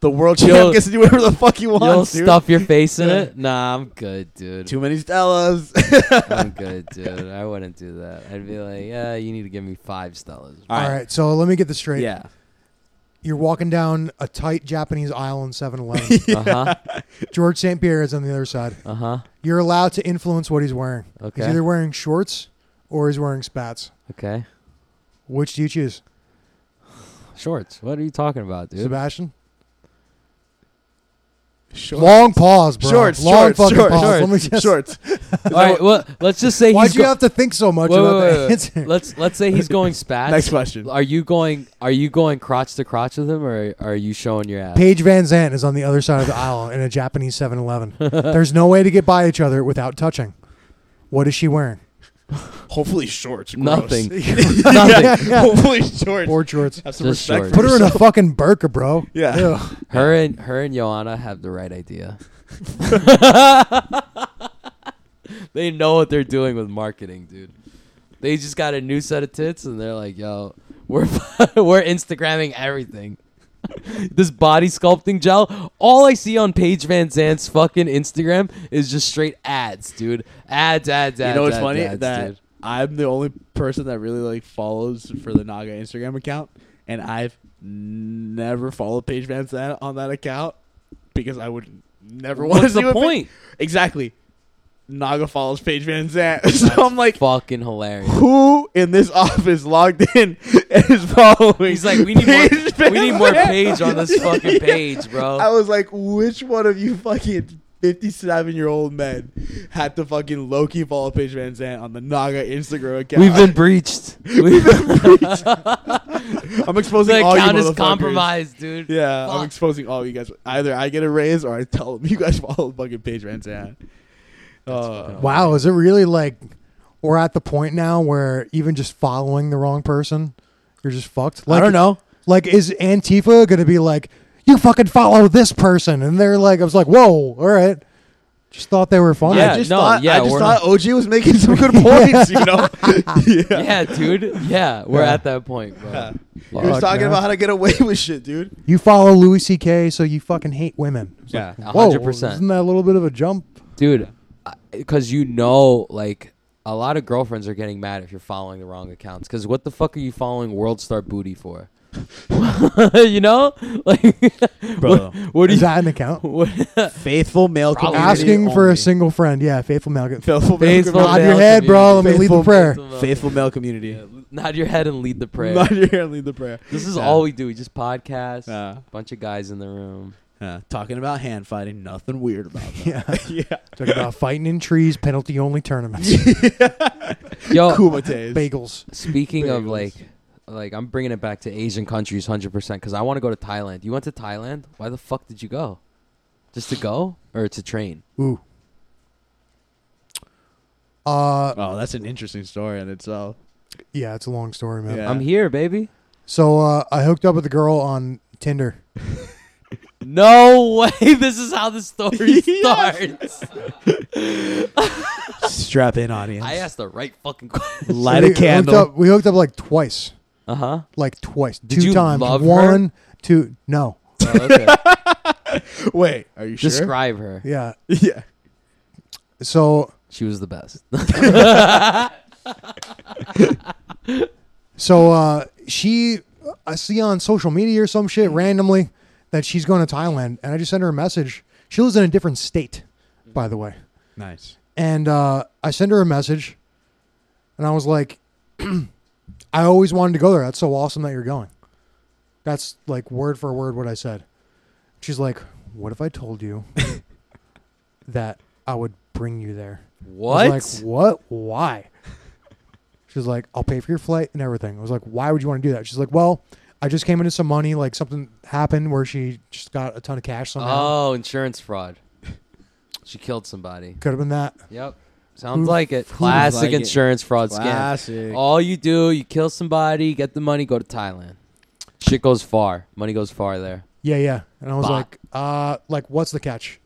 the world champ You'll- gets to do whatever the fuck he You'll wants, dude. stuff your face in Yeah. it? Nah, I'm good, dude. Too many Stellas. I'm good, dude. I wouldn't do that. I'd be like, yeah, you need to give me five Stellas. All right. All right, so let me get this straight. yeah. You're walking down a tight Japanese aisle in 7 Eleven. Uh huh. George St. Pierre is on the other side. Uh huh. You're allowed to influence what he's wearing. He's Okay. either wearing shorts or he's wearing spats. Okay. Which do you choose? Shorts. What are you talking about, dude? Sebastian? Shorts. Long pause, bro. Shorts. Long shorts. fucking shorts. pause. Shorts. Let me just- shorts. All right. Well, let's just say Why'd he's you go- have to think so much Wait, about wait, that wait, wait. answer? let's let's say he's going spats. Next question. Are you going? Are you going crotch to crotch with him, or are you showing your ass? Paige Van Zant is on the other side of the aisle in a Japanese 7 Eleven. There's no way to get by each other without touching. What is she wearing? Hopefully shorts. Gross. Nothing. Yeah, Nothing. yeah. Hopefully shorts. Board shorts. Have some Just respect. shorts. for Put her in a yourself. fucking burqa, bro. Yeah. Ew. Her and her and Joanna have the right idea. they know what they're doing with marketing, dude. They just got a new set of tits, and they're like, "Yo, we're we're Instagramming everything." this body sculpting gel. All I see on Paige Van Zandt's fucking Instagram is just straight ads, dude. Ads, ads, ads. You know what's ads, funny? ads, that dude. I'm the only person that really like follows for the Naga Instagram account, and I've never followed Paige Van Zandt on that account because I would never want to what's see the what Pa- point? exactly. Naga follows Paige Van Zandt, so I'm like, Fucking hilarious. who in this office logged in and is following? He's like, we need more. Paige Van We need more Zandt?" page on this fucking page, bro. I was like, which one of you fucking 57 year old men had to fucking Loki follow Paige Van Zandt on the Naga Instagram account? We've been breached. We've I'm exposing the all you account is motherfuckers. compromised, dude. Yeah, I'm Fuck. exposing all you guys. Either I get a raise or I tell them you guys follow fucking Paige Van Zandt. Uh, Wow, is it really like we're at the point now where even just following the wrong person, you're just fucked? Like, I don't know. Like, is Antifa going to be like, you fucking follow this person? And they're like, I was like, whoa, all right. Just thought they were fun. Yeah, I just no, thought, yeah, I just we're thought OG was making some good points, you know? yeah. Yeah, dude. Yeah, we're Yeah. at that point, bro. Yeah. He Fuck. was talking yeah. about how to get away with shit, dude. You follow Louis C.K., so you fucking hate women. It's Yeah. like, A whoa, hundred percent. Isn't that a little bit of a jump? dude. Because you know, like a lot of girlfriends are getting mad if you're following the wrong accounts. Because what the fuck are you following World Star Booty for? you know, like Bro. what, what do Is you? that an account? What, Faithful male Probably. community Asking for only. a single friend. Yeah, faithful Malcolm. Faithful male Faithful Nod community. your male head, bro. Let me lead the Faithful- prayer. Faithful male community. uh, Nod your head and lead the prayer. Not your lead the prayer. This is Yeah. all we do. We just podcast. Yeah. bunch of guys in the room. Yeah. Talking about hand fighting, nothing weird about that. Yeah. yeah. Talking about fighting in trees, penalty only tournaments, Yo, Kumates. bagels. Speaking of Bagels. like, like I'm bringing it back to Asian countries, hundred percent, because I want to go to Thailand. You went to Thailand. Why the fuck did you go? Just to go or to train? Ooh. Uh, Oh, that's an interesting story in itself. yeah, it's a long story, man. Yeah. I'm here, baby. So uh, I hooked up with a girl on Tinder. No way. This is how the story starts. Strap in, audience. I asked the right fucking question. Light we a hooked up- candle. we hooked up like twice, Uh huh. like twice, Did two you times. love her? One, two. No. Oh, okay. Wait, are you sure? Describe her. Yeah. yeah. So She was the best. so uh, she, I see on social media or some shit randomly that she's going to Thailand, and I just sent her a message. She lives in a different state, by the way. Nice. and uh, I sent her a message, and I was like, "I always wanted to go there. That's so awesome that you're going." That's like word for word what I said. She's like, "What if I told you that I would bring you there?" I what? was like, "What? Why?" She's like, "I'll pay for your flight and everything." I was like, "Why would you want to do that?" She's like, "Well." I just came into some money, like something happened where she just got a ton of cash somehow. oh, insurance fraud. She killed somebody. Could have been that. Yep. Sounds Who- like it. Classic like it? insurance fraud scam. Classic. All you do, you kill somebody, get the money, go to Thailand. Shit goes far. Money goes far there. Yeah, yeah. And I was Bah. like, uh, like, what's the catch?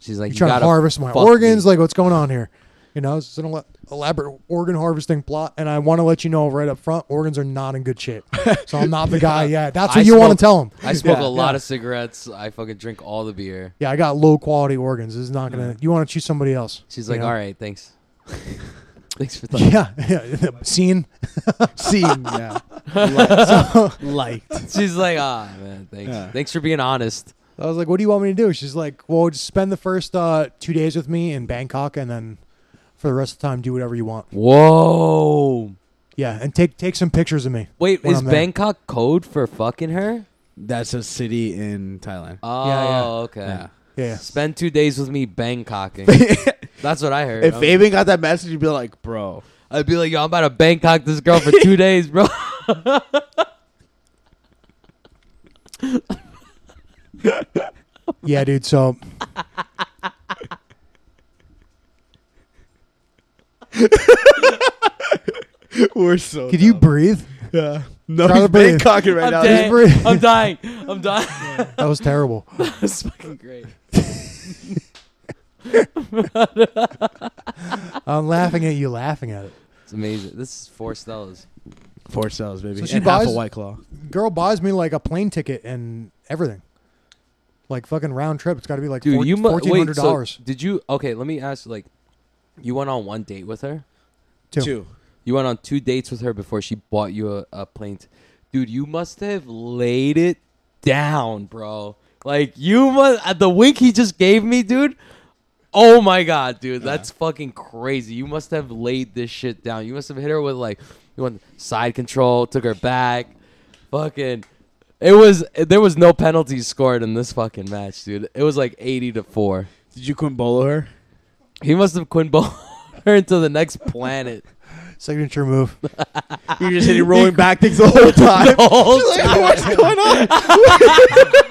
She's like, you you trying gotta to harvest my fuck organs? me." Like, what's going on here? You know, it's an ele- elaborate organ harvesting plot, and I want to let you know right up front, organs are not in good shape. So I'm not the guy. Yeah, that's I what you want smoke- to tell him. I smoke Yeah, a lot yeah. of cigarettes. I fucking drink all the beer. Yeah, I got low quality organs. This is not gonna. You want to choose somebody else? Mm. She's you like, know? all right, thanks. thanks for that. Yeah, yeah. Scene. Seen. Yeah. Liked. Liked. She's like, ah, man, thanks. Yeah. Thanks for being honest. I was like, what do you want me to do? She's like, well, just spend the first uh, two days with me in Bangkok, and then for the rest of the time, do whatever you want. Whoa. Yeah, and take take some pictures of me. Wait, When is I'm there. Bangkok code for fucking her? That's a city in Thailand. Oh, yeah. okay. Yeah. Spend two days with me Bangkoking. That's what I heard. If I was- Fabian got that message, you'd be like, bro. I'd be like, yo, I'm about to Bangkok this girl for two days, bro. Yeah, dude. So We're so. could you breathe? Yeah. No, Try to he's breathe. Bangkoking right I'm, now. dead. dying. breathe. I'm dying. I'm dying. That was terrible. That's fucking great. I'm laughing at you laughing at it. It's amazing. This is four Stellas. Four cells, baby. So she and half a buys- white claw. girl buys me like a plane ticket and everything. Like fucking round trip. It's got to be like Dude, four- you mu- fourteen wait. hundred So dollars. did you? Okay, let me ask. Like, you went on one date with her. Two. You went on two dates with her before she bought you a, a plane. t- Dude, you must have laid it down, bro. Like you must uh, the wink he just gave me, dude. Oh my god, dude, that's fucking crazy. You must have laid this shit down. You must have hit her with like you went side control, took her back, fucking. It was there was no penalties scored in this fucking match, dude. It was like eighty to four. Did you quimbolo her? He must have quinballed her into the next planet. Signature move. You're just hitting rolling back things the whole time. The whole She's like, what's going on?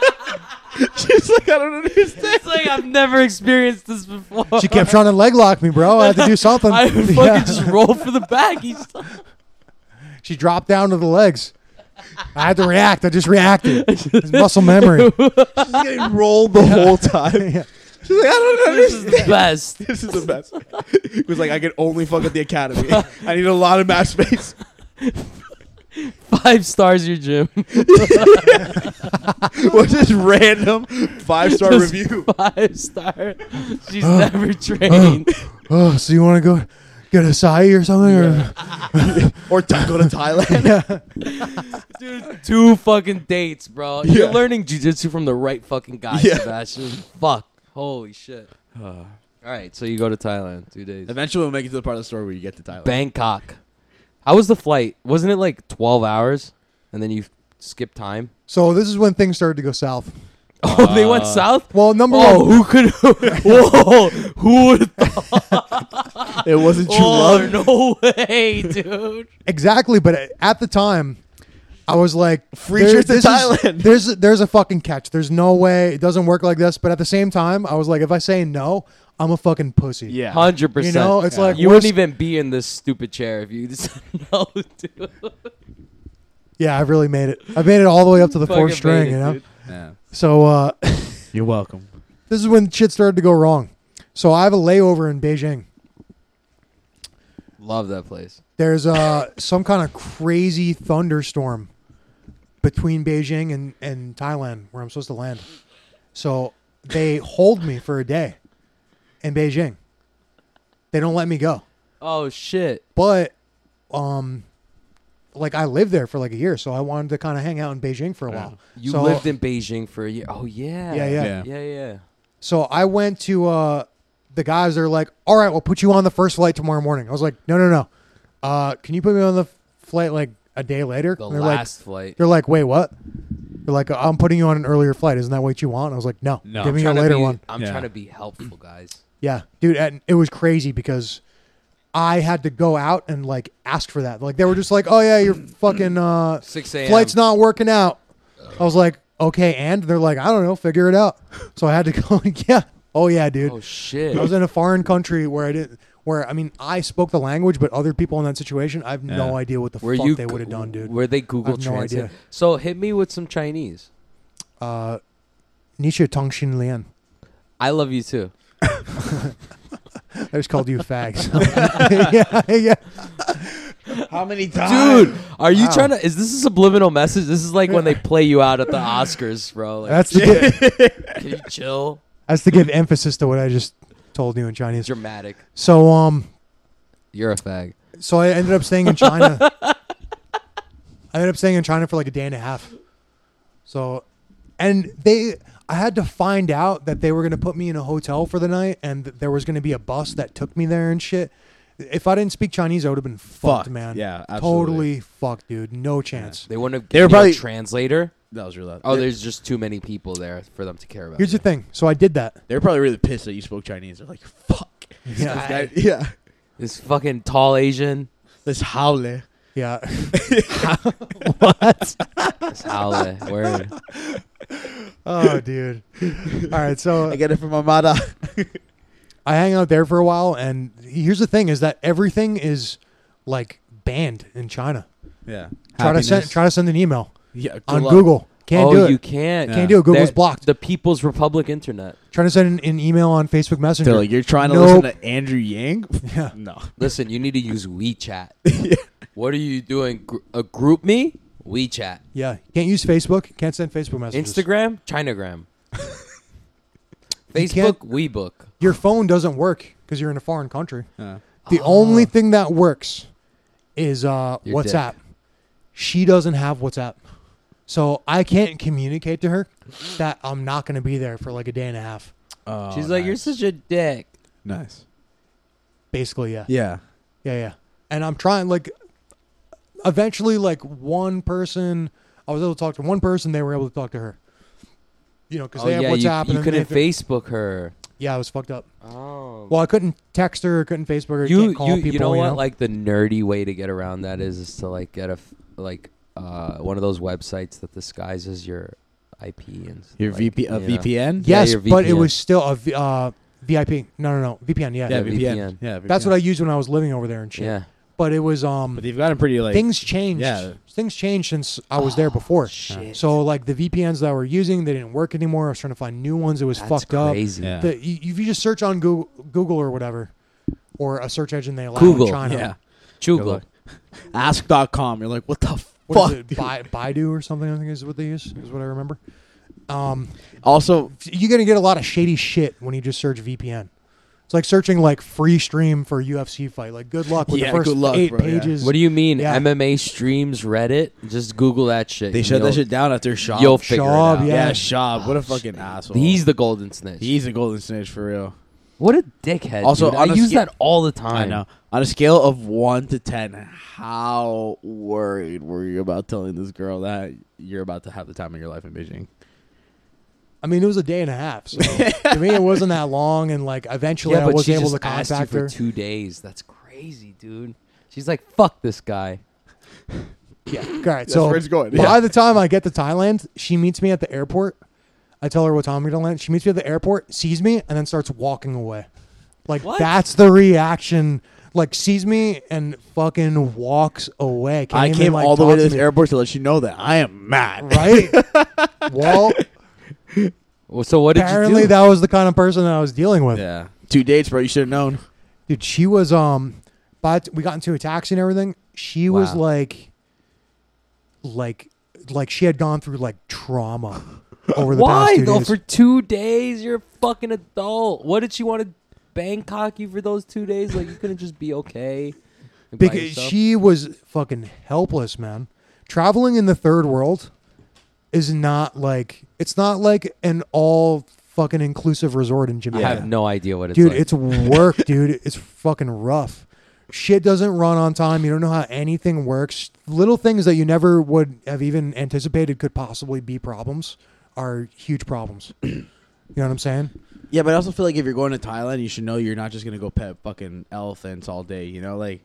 She's like, I don't understand. It's like I've never experienced this before. She kept trying to leg lock me, bro. I had to do something. I would fucking Yeah. just roll for the back. He's She dropped down to the legs. I had to react. I just reacted. It's muscle memory. She's getting rolled the whole time. Yeah. She's like, I don't this is understand. the best. This is the best. It was like, I could only fuck at the academy. I need a lot of match space. Five stars, your gym. What's this random five star Just review? Five star. She's never trained. Oh, so you want to go get acai or something? Or, Or to go to Thailand? Dude, two fucking dates, bro. You're Yeah. learning jujitsu from the right fucking guy, Yeah. Sebastian. Fuck. Holy shit. All right, so you go to Thailand two days. Eventually, we'll make it to the part of the story where you get to Thailand. Bangkok. How was the flight? Wasn't it like 12 hours? And then you skip time? so this is when things started to go south. Oh, they went Uh, south? Well, number Oh, one, who could? Whoa, who would? It wasn't true Oh, love. no way, dude. exactly. But at the time, I was like, Free there- trip to this is- Thailand. there's there's a fucking catch. There's no way it doesn't work like this. But at the same time, I was like, if I say no, I'm a fucking pussy. Yeah. Hundred percent. You know, it's like you worst- wouldn't even be in this stupid chair if you just no, dude. Yeah, I really made it. I made it all the way up to the Fucking fourth made string. it, you know. dude. Yeah. So uh, You're welcome. this is when shit started to go wrong. So I have a layover in Beijing. Love that place. There's uh, some kind of crazy thunderstorm between Beijing and, and Thailand where I'm supposed to land. So they hold me for a day in Beijing. They don't let me go. Oh shit. But um like I lived there for like a year, so I wanted to kind of hang out in Beijing for a Yeah. while. You So- lived in Beijing for a year. Oh yeah. Yeah, yeah. Yeah. Yeah, yeah. So I went to uh, the guys. They're like, "All right, we'll put you on the first flight tomorrow morning." I was like, "No, no, no. Uh, can you put me on the f- flight like a day later?" The And they're last like, flight. "They're like, wait, what?" They're like, "I'm putting you on an earlier flight. Isn't that what you want?" I was like, "No, No, I'm give me a Tryna later be- one." I'm Yeah. trying to be helpful, guys. Yeah, dude, and it was crazy because I had to go out and like ask for that. Like they were just like, "Oh yeah, your fucking uh, Six a.m. flight's not working out." I was like, "Okay," and they're like, "I don't know, figure it out." So I had to go. yeah, oh yeah, dude. Oh shit. I was in a foreign country where I didn't. Where I mean, I spoke the language, but other people in that situation, I have Yeah. no idea what the were fuck you they g- would have done, dude. Were they Google have no Translate? idea. So hit me with some Chinese. Uh, Nisha Tongshin Lian. I love you too. I just called you a fag. so- yeah, yeah. How many Dude, are you Wow. trying to? Is this a subliminal message? This is like when they play you out at the Oscars, bro. Like, That's to give, can you chill? that's to give emphasis to what I just told you in Chinese. Dramatic. So um, You're a fag. so I ended up staying in China. I ended up staying in China for like a day and a half. So, and they, I had to find out that they were going to put me in a hotel for the night and that there was going to be a bus that took me there and shit. If I didn't speak Chinese, I would have been fucked, Fucked, man. yeah, Totally fucked, dude. No chance. They wouldn't have They were given you probably- a translator. That was real loud. Oh, They- there's just too many people there for them to care about. Here's you. the thing. So I did that. They're probably really pissed that you spoke Chinese. They're like, fuck. Yeah. This guy- yeah. This fucking tall Asian. This howler. Yeah. This howler. Word. oh, dude. All right. So I get it from my mother. I hang out there for a while, and here's the thing: is that everything is like banned in China. Yeah. Try to send try to send an email yeah, good on luck. Google. Can't oh, do it. you can't. Can't do it. Google's They're- blocked. The People's Republic Internet. Trying to send an, an email on Facebook Messenger. They're like, you're trying to listen Nope. to Andrew Yang? Yeah. No. Listen, you need to use WeChat. What are you doing? Gr- A group me? WeChat. yeah, can't use Facebook. Can't send Facebook messages. Instagram? Chinagram. You can't- Facebook? WeBook. Your phone doesn't work because you're in a foreign country. Yeah. The only thing that works is uh, Oh. Your dick. WhatsApp. She doesn't have WhatsApp, so I can't communicate to her that I'm not going to be there for like a day and a half. Oh, She's like, you're nice. such a dick. Nice. Basically, yeah. Yeah. Yeah, yeah. And I'm trying like eventually like one person I was able to talk to one person, they were able to talk to her. You know, because Oh, they have yeah, WhatsApp you, and you then couldn't they have- Facebook her. Yeah, I was fucked up. Oh. Well, I couldn't text her, couldn't Facebook her, you, can't call you, people. you know what? Like the nerdy way to get around that is, is to like get a f- like uh, one of those websites that disguises your IP and s- Your uh, like, VP, you a know. VPN? Yeah, yes, your but it VPN. was still a v- uh, VIP. No, no, no, VPN. Yeah, Yeah, VPN. Yeah, VPN. that's what I used when I was living over there and shit. Yeah. But it was um But they've gotten pretty like. things changed. yeah. Things changed since I was there before. Oh, Shit. So like the VPNs that I were using, they didn't work anymore. I was trying to find new ones. It was That's fucked up. crazy. Yeah. the, you, if you just search on Google, Google or whatever, or a search engine they allow Google, in China. Yeah. Chugla. Ask.com. You're like, what the What fuck? is it? Bai- Baidu or something, I think is what they use, is what I remember. Um, Also, you're going to get a lot of shady shit when you just search VPN. It's like searching like free stream for UFC fight. Like good luck with Yeah, the first good luck, eight bro, yeah. pages. What do you mean? Yeah. MMA streams Reddit? Just Google that shit. they and shut you'll- that shit down after Shop. You'll figure Shab, it out. yeah. yeah, Shop. What a fucking asshole. He's the golden snitch. he's a golden snitch for real. what a dickhead. Also, dude. I on a use sca- that all the time. I know. On a scale of one to ten, how worried were you about telling this girl that you're about to have the time of your life in Beijing? I mean, it was a day and a half. So to me, it wasn't that long. And like eventually Yeah, I but was she able just to asked contact you her. for two days. That's crazy, dude. She's like, "Fuck this guy." Yeah. All right. That's So where it's going, by yeah. the time I get to Thailand, she meets me at the airport. I tell her what time we're gonna land. She meets me at the airport, sees me, and then starts walking away. Like What? that's the reaction. Like sees me and fucking walks away. Can't I even, came like, all the talk way to this me. airport to let you know that I am mad. Right. well, Well, so what did apparently you do? that was the kind of person that I was dealing with. Yeah. Two dates, bro. You should have known. Dude, she was um but we got into a taxi and everything. She was Wow. like like like she had gone through like trauma over the Why past two though? days. For two days, you're a fucking adult. What did she want to Bangkok you for those two days? Like you couldn't just be okay. and by because yourself? she was fucking helpless, man. Traveling in the third world is not like it's not like an all fucking inclusive resort in I Jamaica. have no idea what it's dude, like. it's work, dude. It's fucking rough. Shit doesn't run on time. You don't know how anything works. Little things that you never would have even anticipated could possibly be problems are huge problems. you know what I'm saying? Yeah, but I also feel like if you're going to Thailand, you should know you're not just gonna go pet fucking elephants all day. You know, like,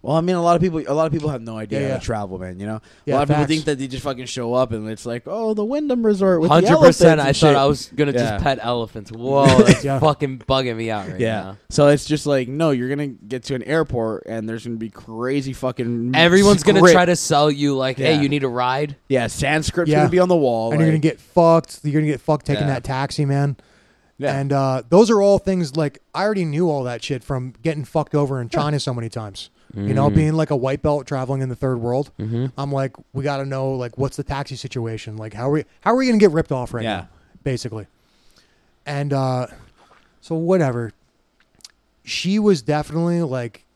well, I mean, a lot of people, a lot of people have no idea Yeah, how yeah. to travel, man. You know, a Yeah, lot of people facts. think that they just fucking show up and it's like, oh, the Wyndham Resort with Hundred percent. I thought I was gonna Yeah. just pet elephants. Whoa, that's Yeah. fucking bugging me out right Yeah. now. So it's just like, no, you're gonna get to an airport and there's gonna be crazy fucking. Everyone's gonna script. try to sell you like, Yeah. hey, you need a ride. Yeah, Sanskrit's Yeah. gonna be on the wall. and you're gonna like- get fucked. You're gonna get fucked taking Yeah. that taxi, man. Yeah. And uh, those are all things like I already knew all that shit from getting fucked over in China so many times. You Mm-hmm. know, being like a white belt traveling in the third world. I'm like, we got to know like what's the taxi situation? Like how are we how are we gonna get ripped off right Yeah. now? Basically. And uh, so whatever. She was definitely like,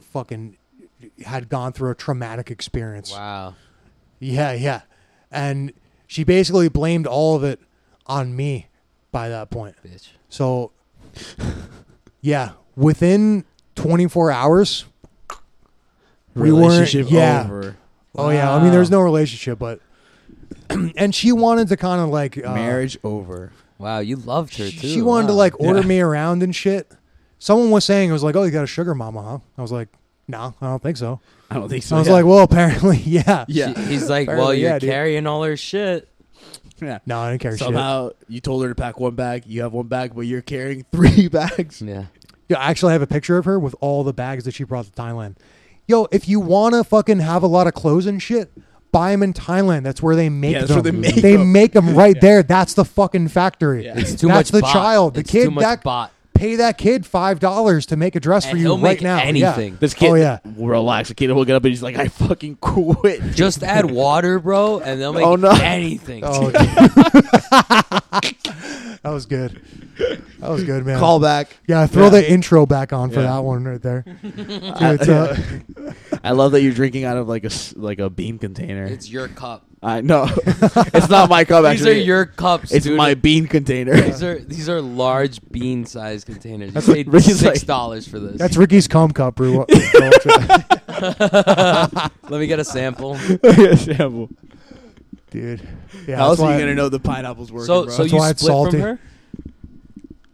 fucking, had gone through a traumatic experience. Wow. Yeah, yeah. And she basically blamed all of it on me by that point. Bitch. So, yeah, within 24 hours. we weren't- relationship yeah. over. Oh, yeah. I mean, there was Wow. no relationship, but. and she wanted to kind of like. Uh, Marriage over. Wow, you loved her too. She, she wanted to Wow. like order Yeah. me around and shit. Someone was saying, it was like, oh, you got a sugar mama, huh? I was like, no, I don't think so. I don't think so. I was yeah. like, well, apparently, yeah. yeah. She- he's like, well, Apparently, you're yeah, dude. carrying all her shit. yeah. No, I didn't care shit. Somehow you told her to pack one bag. You have one bag, but you're carrying three bags. Yeah. Yeah, I actually have a picture of her with all the bags that she brought to Thailand. Yo, if you wanna fucking have a lot of clothes and shit, buy them in Thailand. That's where they make Yeah, that's them. where they make they 'em. make 'em right there. That's the fucking factory. Yeah. It's too That's much. the bot. child. The It's kid Too much that- bot. Pay that kid five dollars to make a dress for And you he'll right make now. Yeah. anything. This kid, Oh, yeah. relax. The kid will get up and he's like, I fucking quit. Just add water, bro, and they'll make Oh, no. anything. Oh, dude. that was good. That was good, man. Call back. Yeah, throw Yeah. the intro back on for Yeah. that one right there. Dude, it's, uh, I love that you're drinking out of like a s- like a beam container. It's your cup. I know. it's not my cup. These are Actually, your cups. It's dude. my bean container. These are these are large bean sized containers. You That's what paid Ricky's like- six dollars for this. that's Ricky's cum cup, brew. Let me get a sample. Yes, Campbell. Dude. Yeah, How else that's are why- you gonna know the pineapple's working, so bro? so That's you why split it's salty. from her.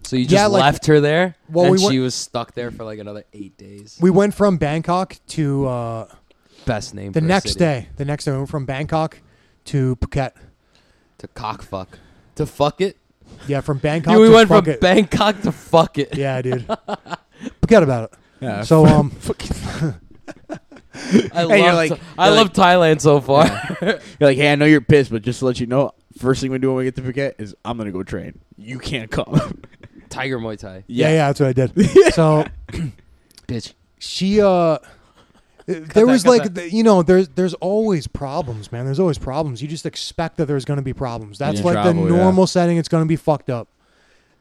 So you just Yeah, like- left her there, Well, and we went- she was stuck there for like another eight days. we went from Bangkok to uh, Best name. the for a next city. day. The next day, we went from Bangkok to Phuket. to cock fuck to fuck it. Yeah, from Bangkok. Dude, we to went from Phuket. Bangkok to fuck it. yeah, dude. Forget about it. yeah. So, um, I And you're love like- Tha- I you're love Thailand so far. You're like, hey, I know you're pissed, but just to let you know, first thing we do when we get to Phuket is I'm gonna go train. You can't come. Tiger Muay Thai, yeah, yeah, that's what I did. So bitch. she, uh, there that, was cut like, that. th- you know, there's there's always problems, man. There's always problems. You just expect that there's going to be problems. That's you like travel, the yeah. normal setting. It's going to be fucked up.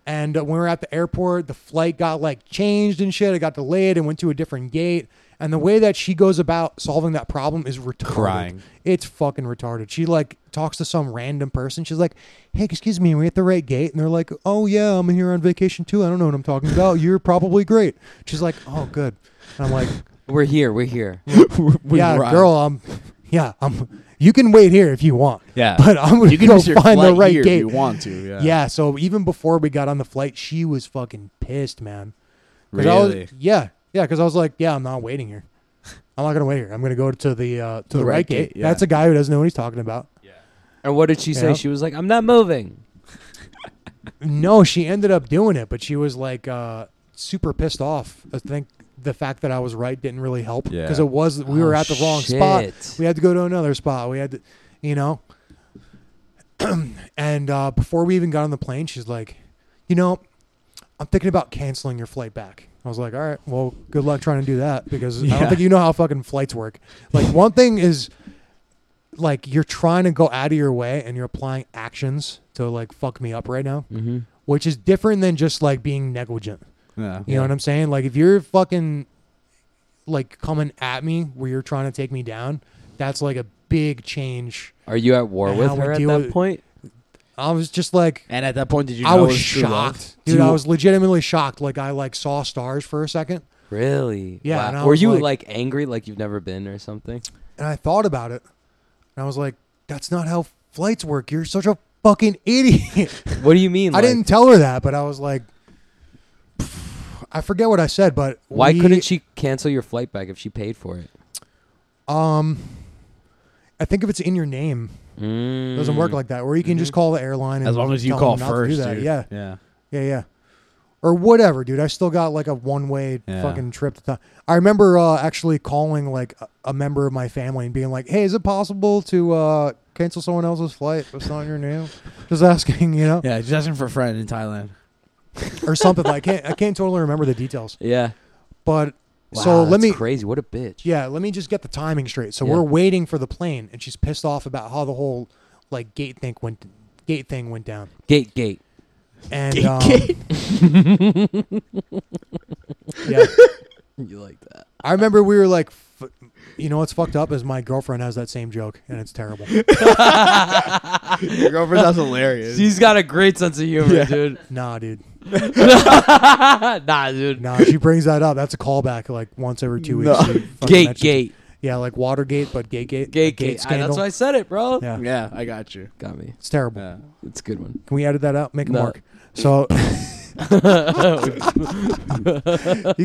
And uh, when we were at the airport, the flight got like changed and shit. It got delayed and went to a different gate. And the way that she goes about solving that problem is retarded. Crying. It's fucking retarded. She like talks to some random person. She's like, "Hey, excuse me, are we at the right gate?" And they're like, "Oh yeah, I'm here on vacation too. I don't know what I'm talking about. You're probably great." She's like, "Oh good." And I'm like, We're here. We're here. We "Yeah, ride. girl, I'm. Yeah, I'm. You can wait here if you want. Yeah. but I'm gonna Uh, You can go miss your find the flight right here gate. if you want to. Yeah. Yeah, so even before we got on the flight, she was fucking pissed, man. 'Cause I was- Really? yeah, yeah, because I was like, yeah, I'm not waiting here. I'm not gonna wait here. I'm gonna go to the uh, to the, The right, right gate. gate, yeah. That's a guy who doesn't know what he's talking about. And what did she say? Yeah. She was like, "I'm not moving." No, she ended up doing it, but she was like uh, super pissed off. I think the fact that I was right didn't really help Yeah. because it was we were Oh, at the wrong spot. shit. We had to go to another spot. We had to, you know. and uh, before we even got on the plane, she's like, you know, I'm thinking about canceling your flight back. I was like, all right, well, good luck trying to do that because I Yeah. don't think you know how fucking flights work. Like, one thing is like you're trying to go out of your way and you're applying actions to like fuck me up right now, Mm-hmm. which is different than just like being negligent. Yeah. You know what I'm saying? Like if you're fucking like coming at me where you're trying to take me down, that's like a big change. Are you at war And with how we her at deal that with- point? I was just like And at that point, did you? I know was it true love? shocked. Dude, Do I you- was legitimately shocked. Like I like saw stars for a second Really? Yeah, Wow. and I Were was you like- like angry, like you've never been, or something? and I thought about it. And I was like, that's not how flights work. You're such a fucking idiot. What do you mean? I like, didn't tell her that, but I was like, I forget what I said, but Why we- couldn't she cancel your flight back if she paid for it? Um, I think if it's in your name, it Mm. doesn't work like that. Or you can just call the airline. And Mm. Mm-hmm. As long as you tell call them not to do first, that. dude. yeah, Yeah. yeah, yeah, or whatever, dude. I still got like a one way Yeah. fucking trip. To th- I remember uh, actually calling like a, a member of my family and being like, "Hey, is it possible to uh, cancel someone else's flight that's not in your name?" Just asking, you know, Yeah. Just asking for a friend in Thailand. or something. Like, I can't, I can't totally remember the details, Yeah. but. Wow, so let that's me crazy. What a bitch. Yeah, let me just get the timing straight. So Yeah. we're waiting for the plane, and she's pissed off about how the whole like gate thing went gate thing went down. Gate, gate. And Gate, um, gate. yeah, You like that? I remember we were like, f- you know what's fucked up is my girlfriend has that same joke, and it's terrible. Your girlfriend sounds hilarious. She's got a great sense of humor, Yeah. dude. nah, dude, nah, dude. nah. She brings that up. That's a callback like once every two weeks. No. she fucking Gate, mentions it. gate, Yeah, like Watergate, but gate gate, a gate, gate. I, scandal. that's why I said it, bro. yeah, yeah, I got you. Got me. it's terrible. Yeah. It's a good one. Can we edit that out? Make a No. mark. So you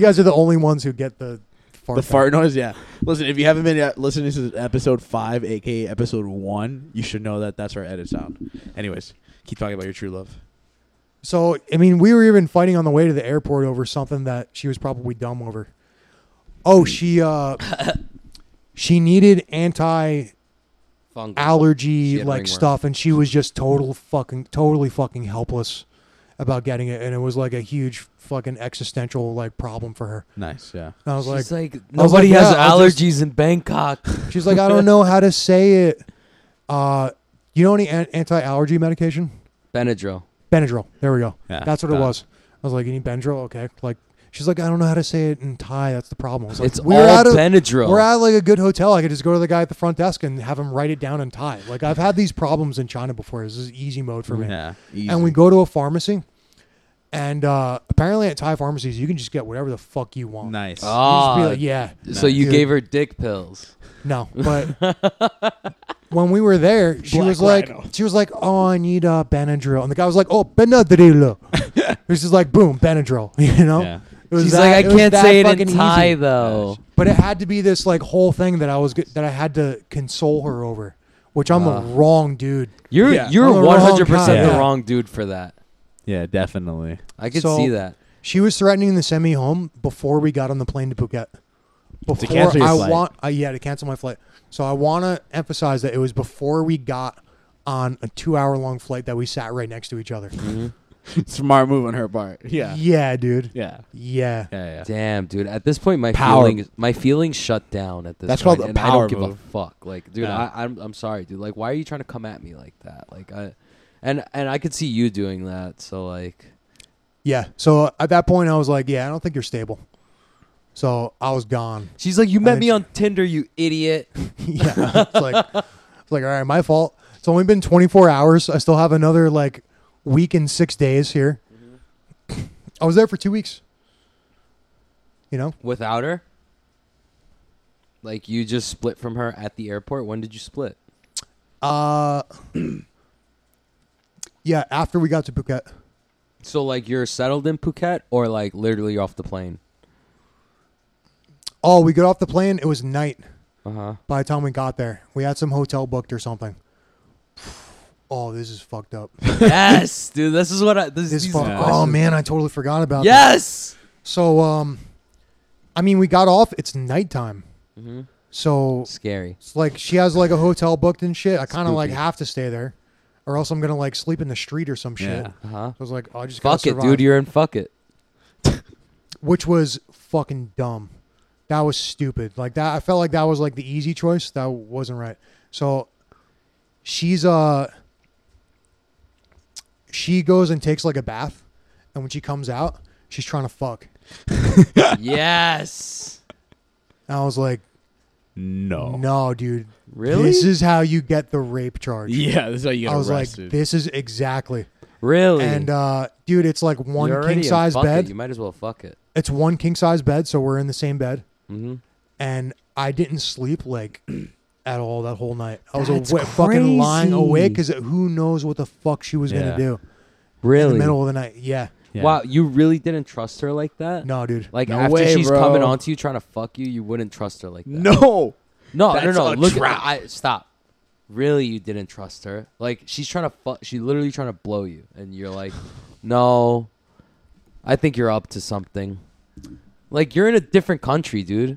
guys are the only ones who get the fart. The out. fart noise, yeah. Listen, if you haven't been yet listening to episode five, aka episode one, you should know that that's our edit sound. Anyways, keep talking about your true love. So I mean, we were even fighting on the way to the airport over something that she was probably dumb over. Oh, she uh, she needed anti-allergy Fungal. She had like ringworm. stuff, and she was just total fucking totally fucking helpless about getting it, and it was like a huge fucking existential like problem for her. Nice, yeah. And I was She's like, was nobody like, oh, has yeah, I'll allergies just- in Bangkok. like, she's like, I don't know how to say it. Uh, you know any an- anti-allergy medication? Benadryl. Benadryl. There we go. Ah, Yeah, That's what it done. was. I was like, you need Benadryl? Okay. Like, she's like, I don't know how to say it in Thai. That's the problem. I was like, It's we're all at a, Benadryl. We're at like a good hotel. I could just go to the guy at the front desk and have him write it down in Thai. Like, I've had these problems in China before. This is easy mode for me. Yeah, And we go to a pharmacy, and uh, apparently at Thai pharmacies, you can just get whatever the fuck you want. nice. You just be Ah, like, yeah, so you Dude. gave her dick pills. no. But when we were there, she Black was like, Rhino. she was like, oh, I need a Benadryl, and the guy was like, oh, Benadryl. it was just like, boom, Benadryl. You know. Yeah. It was She's that- like, I was can't that say it in fucking Thai easy." though. But it had to be this like whole thing that I was go- that I had to console her over, which I'm Ah. the wrong dude. You're Yeah. you're I'm the one wrong hundred guy. percent the Yeah. wrong dude for that. Yeah, definitely. I could So- see that. She was threatening to send me home before we got on the plane to Phuket. Before cancel your I flight. want, uh, yeah, to cancel my flight. So I want to emphasize that it was before we got on a two-hour-long flight that we sat right next to each other. Smart move on her part. Yeah. yeah, dude. Yeah. Yeah. Yeah, yeah. Damn, dude. At this point, my Power. feelings my feelings shut down. At this, That's point, called a and I power don't give move. a fuck. Like, dude, Yeah. I, I'm I'm sorry, dude. Like, why are you trying to come at me like that? Like, I, and and I could see you doing that. So like, Yeah. So uh, at that point, I was like, yeah, I don't think you're stable. So I was gone. she's like, you met met then me me she- on Tinder, you idiot. yeah. It's like, it's like, all right, my fault. It's only been 24 hours. I still have another like week and six days here. I was there for two weeks. You know, Without her, like you just split from her at the airport. When did you split? uh, yeah. After we got to Phuket, So like, you're settled in Phuket, or like literally off the plane. Oh, we got off the plane. It was night Uh huh. by the time we got there. We had some hotel booked or something. Oh, this is fucked up. yes, dude. This is what I. This, This these fuck- are the oh questions. man, I totally forgot about that. Yes. So um I mean we got off, it's nighttime. hmm So Scary. it's like she has like a hotel booked and shit. I kinda like Spooky. have to stay there. Or else I'm gonna like sleep in the street or some shit. Yeah. So Uh huh. I was like, oh, I just Fuck gotta it, survive. dude. You're in. Fuck it. Which was fucking dumb. That was stupid. Like that I felt like that was like the easy choice. That wasn't right. So she's uh she goes and takes like a bath and when she comes out, she's trying to fuck. yes. And I was like, No. no, dude. Oh. Really? This is how you get the rape charge. Yeah, this is how you I got was arrested. like, this is exactly. really. And uh, dude, it's like You're one already king in size fuck it, bed. You might as well fuck it. It's one king size bed, so we're in the same bed. Mm-hmm. And I didn't sleep like at all that whole night. I was That's awake, fucking lying crazy. awake because who knows what the fuck she was Yeah. gonna do Really? in the middle of the night. Yeah, Yeah. Wow. You really didn't trust her like that? no, dude. Like No after way, she's bro. coming onto you trying to fuck you, you wouldn't trust her like that. No. no, no, that's no. a Look, trap. I, I stop. Really, you didn't trust her. Like she's trying to fuck. She's literally trying to blow you, and you're like, no. I think you're up to something. Like you're in a different country, dude.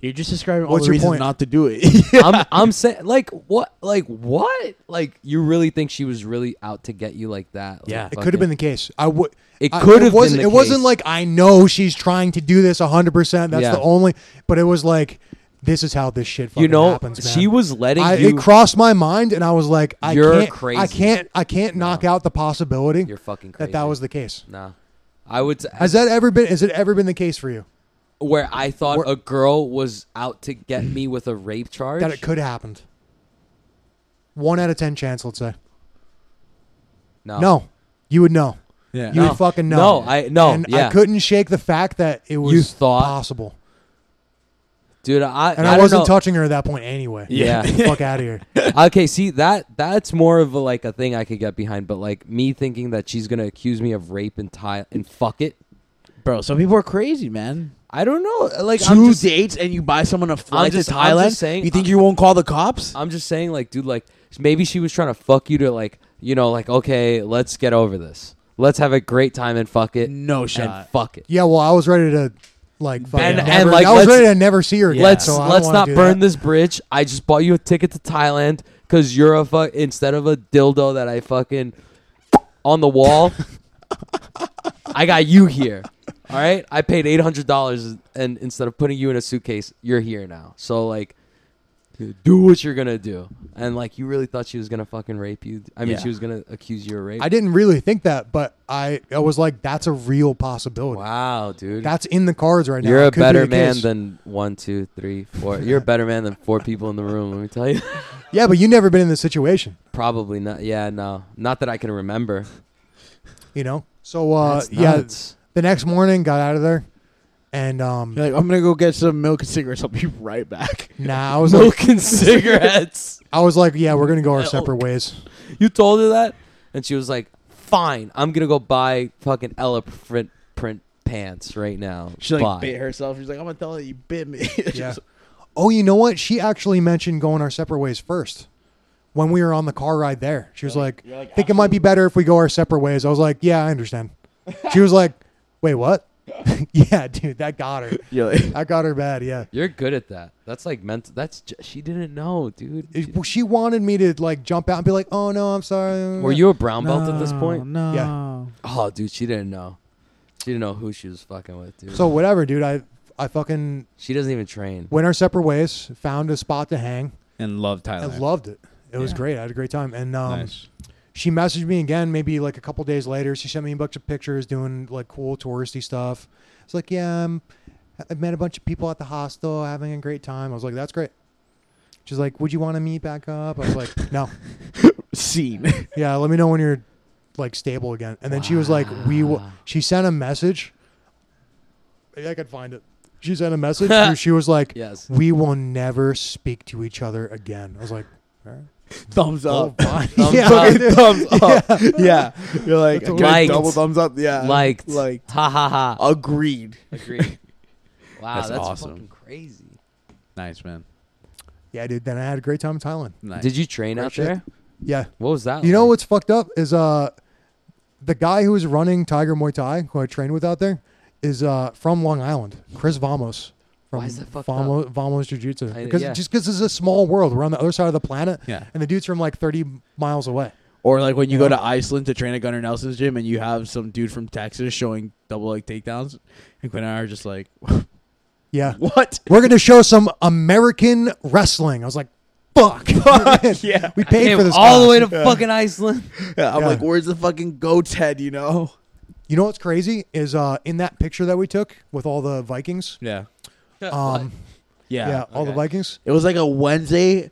You're just describing all What's the your reasons point? not to do it. I'm I'm saying like what like what like you really think she was really out to get you like that? Like, Yeah. It could have been the case. I would. It I- could have wasn't- been the It wasn't case. like I know she's trying to do this hundred percent. That's Yeah. the only. But it was like this is how this shit fucking you know happens. Man. she was letting I, you. it crossed my mind, and I was like, I You're can't, crazy. I can't, I can't knock out the possibility you're fucking crazy. that that was the case. nah. I would Has that ever been? Has it ever been the case for you where I thought Where- a girl was out to get me with a rape charge. that it could have happened? One out of ten chance, let's say. no, No, you would know. yeah. You No. would fucking know. No, I- no, And I yeah. couldn't shake the fact that it was thought- possible, dude. I and I, I, don't wasn't know. touching her at that point anyway. Yeah. Get the fuck out of here. okay, see that that's more of a, like a thing I could get behind, but like me thinking that she's gonna accuse me of rape and tie and fuck it. Bro, some people are crazy, man. I don't know. Like I'm Two just dates and you buy someone a flight just- to I'm Thailand. just saying- you think you won't call the cops? I'm just saying, like, dude, like, maybe she was trying to fuck you to, like, you know, like, okay, let's get over this. Let's have a great time and fuck it. No And shot. fuck it. Yeah, well, I was ready to like fucking And- never, and, like, I was let's- ready to never see her again. Let's so I don't let's wanna not do burn that. this bridge. I just bought you a ticket to Thailand because you're a fuck instead of a dildo that I fucking on the wall. I got you here. All right, I paid eight hundred dollars, and instead of putting you in a suitcase, you're here now. So like, do what you're gonna do, and like, you really thought she was gonna fucking rape you? I mean, Yeah. she was gonna accuse you of rape. I didn't really think that, but I, I was like, that's a real possibility. Wow, dude. That's in the cards right now. You're It a could be better the man case. than one, two, three, four. You're a better man than four people in the room. Let me tell you. Yeah, but you never been in this situation, Probably not. Yeah, no, not that I can remember. you know. So uh, That's yeah, nuts. the next morning got out of there, and um, You're like, I'm gonna go get some milk and cigarettes. I'll be right back. nah, I was like, milk and cigarettes. I was like, yeah, we're gonna go Oh. our separate ways. You told her that, and she was like, "Fine, I'm gonna go buy fucking elephant print pants right now." She like Bye. bit herself. She's like, I'm gonna tell her you bit me. Yeah. Oh, you know what? She actually mentioned going our separate ways first. When we were on the car ride there, she was like, you're like, "Think it might be better if we go our separate ways." I was like, "Yeah, I understand." She was like, "Wait, what?" yeah, dude, that got her. You're like, That got her bad. Yeah, You're good at that. That's like mental. That's j- she didn't know, dude. It- well, she wanted me to like jump out and be like, "Oh no, I'm sorry." Were you a brown belt at this point? No. Oh, dude, she didn't know. She didn't know who she was fucking with, dude. So whatever, dude. I I fucking she doesn't even train. went our separate ways. Found a spot to hang. And love I Thailand. loved it. It was Yeah. great. I had a great time. And um, nice. she messaged me again, maybe like a couple days later. She sent me a bunch of pictures doing like cool touristy stuff. It's like, yeah, I'm, I met a bunch of people at the hostel, having a great time. I was like, that's great. She's like, would you want to meet back up? I was like, no. Scene. Yeah, let me know when you're like stable again. And then she was like, we. W-, Wow. she sent a message. Maybe I could find it. She sent a message. where she was like, Yes. we will never speak to each other again. I was like, all right. Thumbs up. fine. Thumbs Oh, Yeah, up. dude. thumbs up. Yeah. You're like, That's okay, Liked. double thumbs up. Yeah. Liked. Like, Ha ha ha. agreed. Agreed. Wow, That's that's, awesome. fucking crazy. Nice, man. Yeah, dude. Then I had a great time in Thailand. Nice. Did you train Great out shit. there? Yeah. What was that? You know like? what's fucked up is uh, the guy who was running Tiger Muay Thai, who I trained with out there, is uh from Long Island, Chris Vamos. From Why is that fucked Vamos, Vamos Jiu Jitsu. I- Because yeah. just because it's a small world, we're on the other side of the planet, Yeah. and the dude's from like 30 miles away. Or like when you Yeah. go to Iceland to train at Gunnar Nelson's gym, and you have some dude from Texas showing double leg takedowns, and Quinn and I are just like, Yeah, "What? we're gonna show some American wrestling. I was like, fuck, yeah. we I paid came for this all the class. way to fucking Iceland. Yeah, I'm Yeah. like, where's the fucking goat's head? You know? You know what's crazy is uh in that picture that we took with all the Vikings. Yeah. Um, Yeah. yeah, all the okay. Vikings. It was like a Wednesday,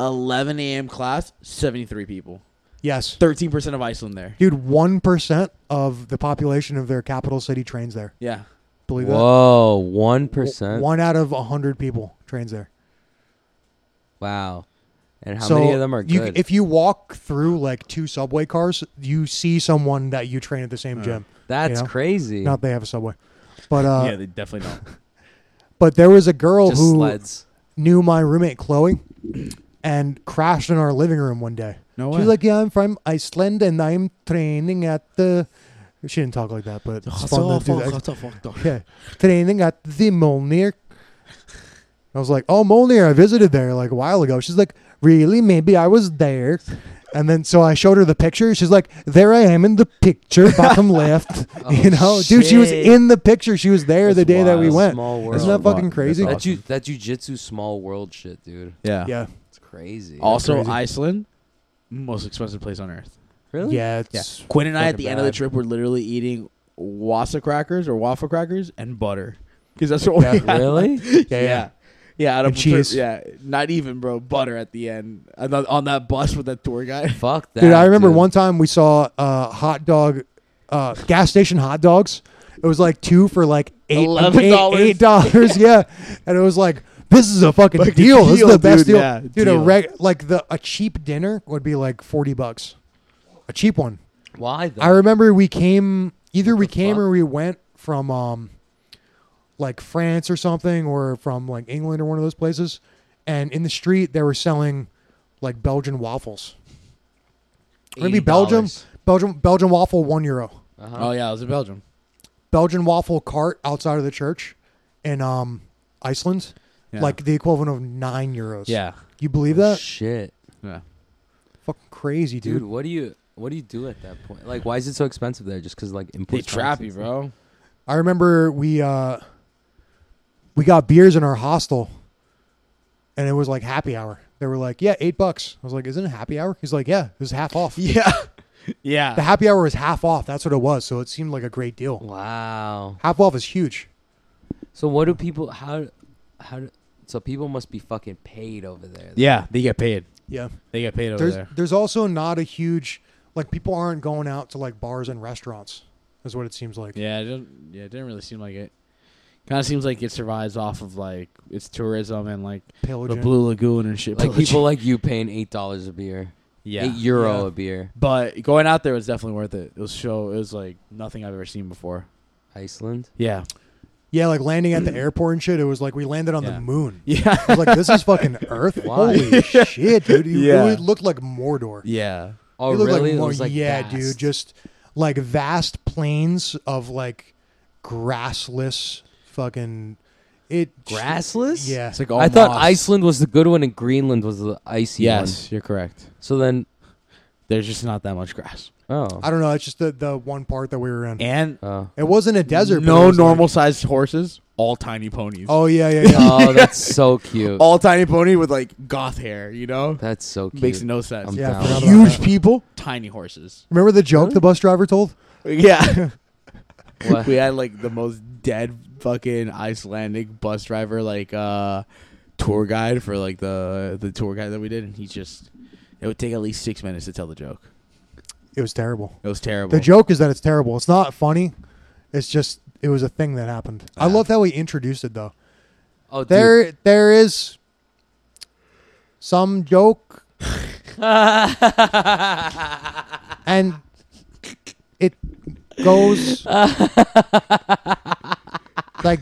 11 a.m. class, 73 people, Yes, 13 percent of Iceland there. dude, one percent of the population of their capital city trains there. Yeah. Believe that. Whoa, one W- percent. One out of a hundred people trains there. Wow. And how so many of them are you, good? If you walk through like two subway cars, you see someone that you train at the same Uh, gym. That's you know, crazy. Not they have a subway, but uh, yeah, they definitely don't. but there was a girl Just who sleds. knew my roommate Chloe, and crashed in our living room one day. No She's like, "Yeah, I'm from Iceland, and I'm training at the." She didn't talk like that, but it's fun to do that. Yeah, training at the Molnir. I was like, "Oh, Molnir! I visited there like a while ago." She's like, "Really? Maybe I was there." And then so I showed her the picture. She's like, "There I am in the picture, bottom left." you know, dude, she was shit. in the picture. She was there That's the day that we wild. went. Small world. Isn't that fucking That's crazy? awesome. That ju- that jujitsu small world shit, dude. Yeah. Yeah, It's crazy. Also, crazy. Iceland, most expensive place on earth. really? yeah, it's Quinn and I at Fucking the end of the bad. trip were literally eating wassa crackers or waffle crackers and butter because that's what Yeah. we had. Really? Yeah, yeah. Yeah, out of And cheese. Yeah, not even, bro. Butter at the end on, the- on that bus with that tour guy. Fuck that. Dude, I remember one time we saw uh, hot dog, uh, gas station hot dogs. It was like two for like eight $11. eight- eight dollars, yeah. And it was like, this is a fucking Fucking deal. This is deal, the best dude. deal, Yeah, dude. A deal. reg- like the a cheap dinner would be like forty bucks, a cheap one. Why? Though? I remember we came either What we the came fuck? or we went from um like France or something or from like England or one of those places and in the street they were selling like Belgian waffles. Maybe $80. Belgium Belgium Belgian waffle 1 euro. Uh-huh. Oh yeah, I was in Belgium. Belgian waffle cart outside of the church in um Iceland Yeah. like the equivalent of 9 euros. yeah, You believe Oh, that? Shit, yeah. Fucking crazy, dude. dude. What do you? What do you do at that point? Like, why is it so expensive there? Just because like They import trap you, taxes? bro. I remember we uh we got beers in our hostel and it was like happy hour. They were like, Yeah, eight bucks. I was like, Isn't it happy hour? He's like, Yeah, it was half off. Yeah, The yeah. happy hour was half off, that's what it was, so it seemed like a great deal. Wow. Half off is huge. So what do people? How? How? do- So people must be fucking paid over there. Yeah, they get paid. Yeah. They get paid over There's there. there's also not a huge like people aren't going out to like bars and restaurants, is what it seems like. Yeah, it didn't, yeah, it didn't really seem like it. Kind of seems like it survives off of like its tourism and like Pillaging. the Blue Lagoon and shit. Like Pillaging. people like you paying eight dollars a beer, yeah, eight euro Yeah. a beer. But going out there was definitely worth it. It was show. It was like nothing I've ever seen before. Iceland. Yeah, Yeah, like landing at the airport and shit, it was like we landed on Yeah. the moon. yeah, I was like, this is fucking Earth. Why? Holy shit, dude. You, Yeah. It looked like Mordor. yeah. Oh It looked really? It Mor- was, like, yeah, vast. dude. Just like vast plains of like grassless fucking. It grassless. Yeah. It's like all I thought moss. Iceland was the good one and Greenland was the icy Yes, you're correct. one. So then, There's just not that much grass. oh, I don't know. It's just the, the one part that we were in. And oh, It wasn't a desert. but it no was, normal sized horses, all tiny ponies. Like, oh yeah, yeah, yeah. oh, that's so cute. all tiny pony with like goth hair, you know? That's so cute. Makes no sense. I'm Yeah, I down. forgot about Huge people, tiny horses. Remember the joke Really? the bus driver told? Yeah. What? we had like the most dead fucking Icelandic bus driver like uh tour guide for like the the tour guide that we did and he just it would take at least 6 minutes to tell the joke. It was terrible. It was terrible. The joke is that it's terrible. It's not funny. It's just it was a thing that happened. I Yeah. love how he introduced it though. Oh, dude. There, there is some joke, and it goes like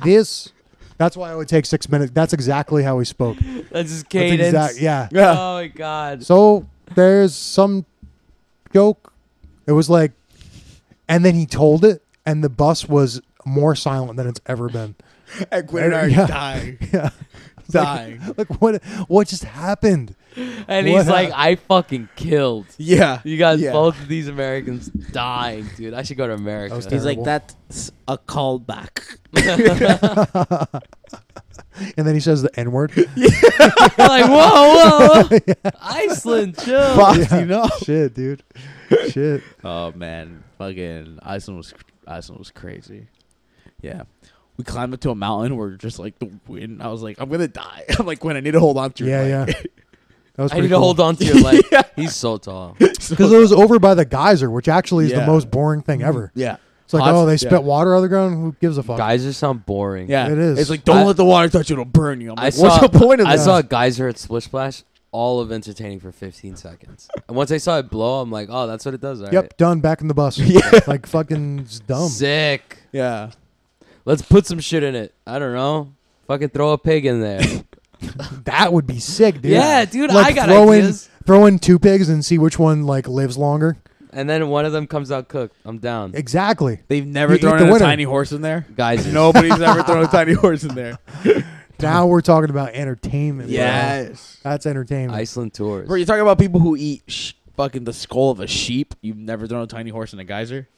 this. That's why it would take six minutes. That's exactly how he spoke. That's his That's cadence. exact- yeah. Yeah. Oh my god. So there's some joke. It was like, and then he told it, and the bus was more silent than it's ever been. And Quinn and I are Yeah. dying. Yeah. Dying. Like what? What just happened? And What he's like, happened? I fucking killed. Yeah. You got Yeah. both of these Americans dying, dude. I should go to America. was He's terrible. like, that's a callback. And then he says the N word. like, whoa, whoa, whoa. Iceland, chill. you know? Shit, dude. Shit. Oh man, fucking Iceland was Iceland was crazy. Yeah, we climbed up to a mountain where just like the wind. I was like, I'm gonna die. I'm like, when I need to hold on to. Yeah, yeah. That was I need to hold on to your leg. He's so tall. because it was over by the geyser, which actually is Yeah. the most boring thing ever. Yeah, It's like, Hot- oh, they yeah. spit water on the ground. Who gives a fuck? Geysers sound boring. Yeah, It is. It's like don't I- let the water touch you; it'll burn you. I'm I like, what's saw- the point of I this? saw a geyser at Splish Splash, all of entertaining for 15 seconds. And once I saw it blow, I'm like, oh, that's what it does. all yep, right. done. Back in the bus. like fucking it's dumb. Sick. yeah, Let's put some shit in it. I don't know. Fucking throw a pig in there. That would be sick, dude. Yeah, dude, I got throw ideas. In, throw in two pigs and see which one like lives longer. and then one of them comes out cooked. I'm down. Exactly. they've never You eat thrown the in a winner. tiny horse in there. Geysers. Nobody's ever thrown a tiny horse in there. Now we're talking about entertainment. bro. Yes, that's entertainment. Iceland tours. bro, you're talking about people who eat sh- fucking the skull of a sheep. You've never thrown a tiny horse in a geyser.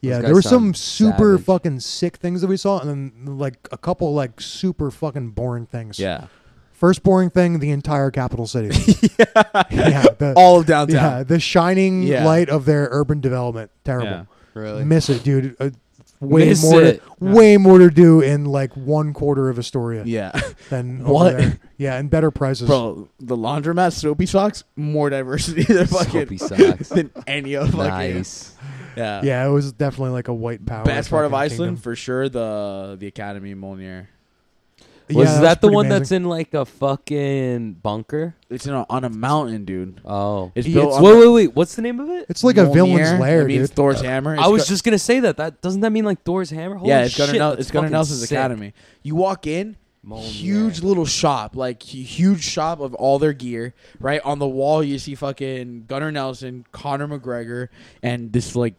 yeah, guys there were some sound super savage. fucking sick things that we saw, and then like a couple like super fucking boring things. Yeah, First boring thing: the entire capital city. yeah. the- all of downtown. Yeah, the shining Yeah. light of their urban development. Terrible. Really? Miss it, dude. Uh, way Miss more. it. To, way more to do in like one quarter of Astoria Yeah. than What? Over there. Yeah, and better prices. Bro, the laundromat soapy socks, more diversity than Soapy fucking socks. than any of fucking Nice. Yeah. Yeah, it was definitely like a white power. Best part of fucking Iceland kingdom. for sure the the Academy in Molnir. Yeah, was that the pretty one amazing. that's in like a fucking bunker? It's in a, on a mountain, dude. Oh. It's Yeah, built it's- on wait, the- wait, wait. What's the name of it? It's like a villain's Mjolnir. lair, It means dude. Thor's hammer. I It's was got- just gonna say that. That doesn't that mean like Thor's hammer? Holy yeah, it's Gunnar, shit, Nel- that's it's Gunnar fucking Nelson's sick. Oh, Academy. You walk in, Oh, Molnir. huge little shop, like hu- huge shop of all their gear. Right on the wall, you see fucking Gunnar Nelson, Conor McGregor, and this like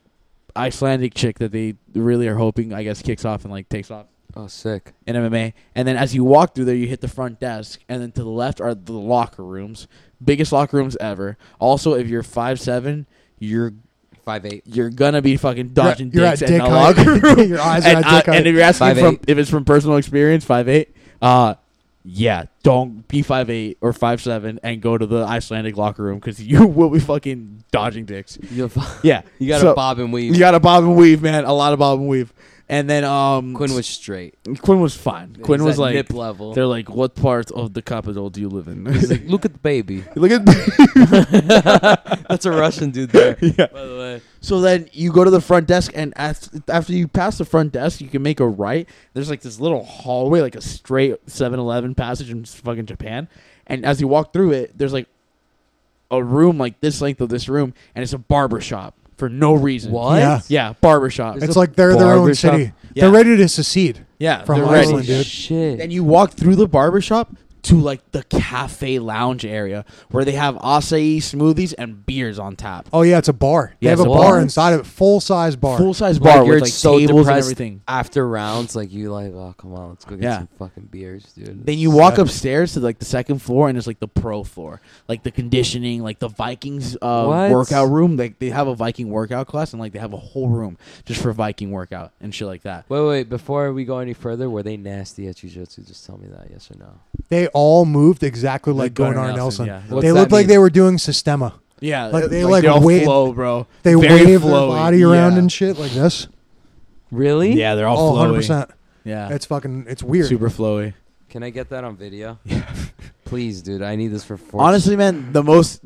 Icelandic chick that they really are hoping, I guess, kicks off and like takes off. Oh, sick. in MMA. And then as you walk through there, you hit the front desk, and then to the left are the locker rooms, biggest locker rooms ever. Also, if you're five seven, you're Five eight. you're gonna be fucking You're at- dodging you're dicks at in dick the height. locker room. Your eyes are and, at I- dick height. and if you're asking 5'8". from if it's from personal experience, five eight. Uh yeah, don't be five eight or five seven and go to the Icelandic locker room because you will be fucking dodging dicks. You, have- Yeah, you got to So, bob and weave. You got to bob and weave, man. A lot of bob and weave. And then um Quinn was straight. Quinn was fine. Quinn He's was at like nip level. They're like, what part of the capital do you live in? He's like, look at the baby. Look at. That's a Russian dude there. Yeah. By the way, So then you go to the front desk, and after, after you pass the front desk, you can make a right. There's like this little hallway, like a straight 7-Eleven passage in fucking Japan. And as you walk through it, there's like a room like this length of this room, and it's a barber shop for no reason. what? Yeah. Yeah, barber shop. It's like they're their own barbershop. city. Yeah. They're ready to secede. yeah, from they're Oh, Holy ready. Iceland, dude. Shit. Then you walk through the barbershop to like the cafe lounge area where they have acai smoothies and beers on tap. Oh yeah, it's a bar. They Yeah, have a it's a bar, bar. inside of it, full size bar. Full size Like, bar you're with like so tables and depressed everything. after rounds, like you like, oh come on, let's go get Yeah. some fucking beers, dude. Then you walk Yeah. upstairs to like the second floor and it's like the pro floor, like the conditioning, like the Vikings uh, What? workout room. Like they have a Viking workout class and like they have a whole room just for Viking workout and shit like that. Wait, wait. Before we go any further, were they nasty at jujitsu? Just tell me that, yes or no. They all moved exactly like, Gunnar Gunnar Nelson. Nelson, yeah. What's They that looked like mean? they were doing Sistema. Yeah, Like, they, like, all wave- flow, bro. They Very wave their flowy. body around Yeah. and shit like this. Really? Yeah, they're all Oh, flowy. 100%. Yeah, It's fucking, it's weird. super flowy. Can I get that on video? Please, dude. I need this for four. Honestly, man, the most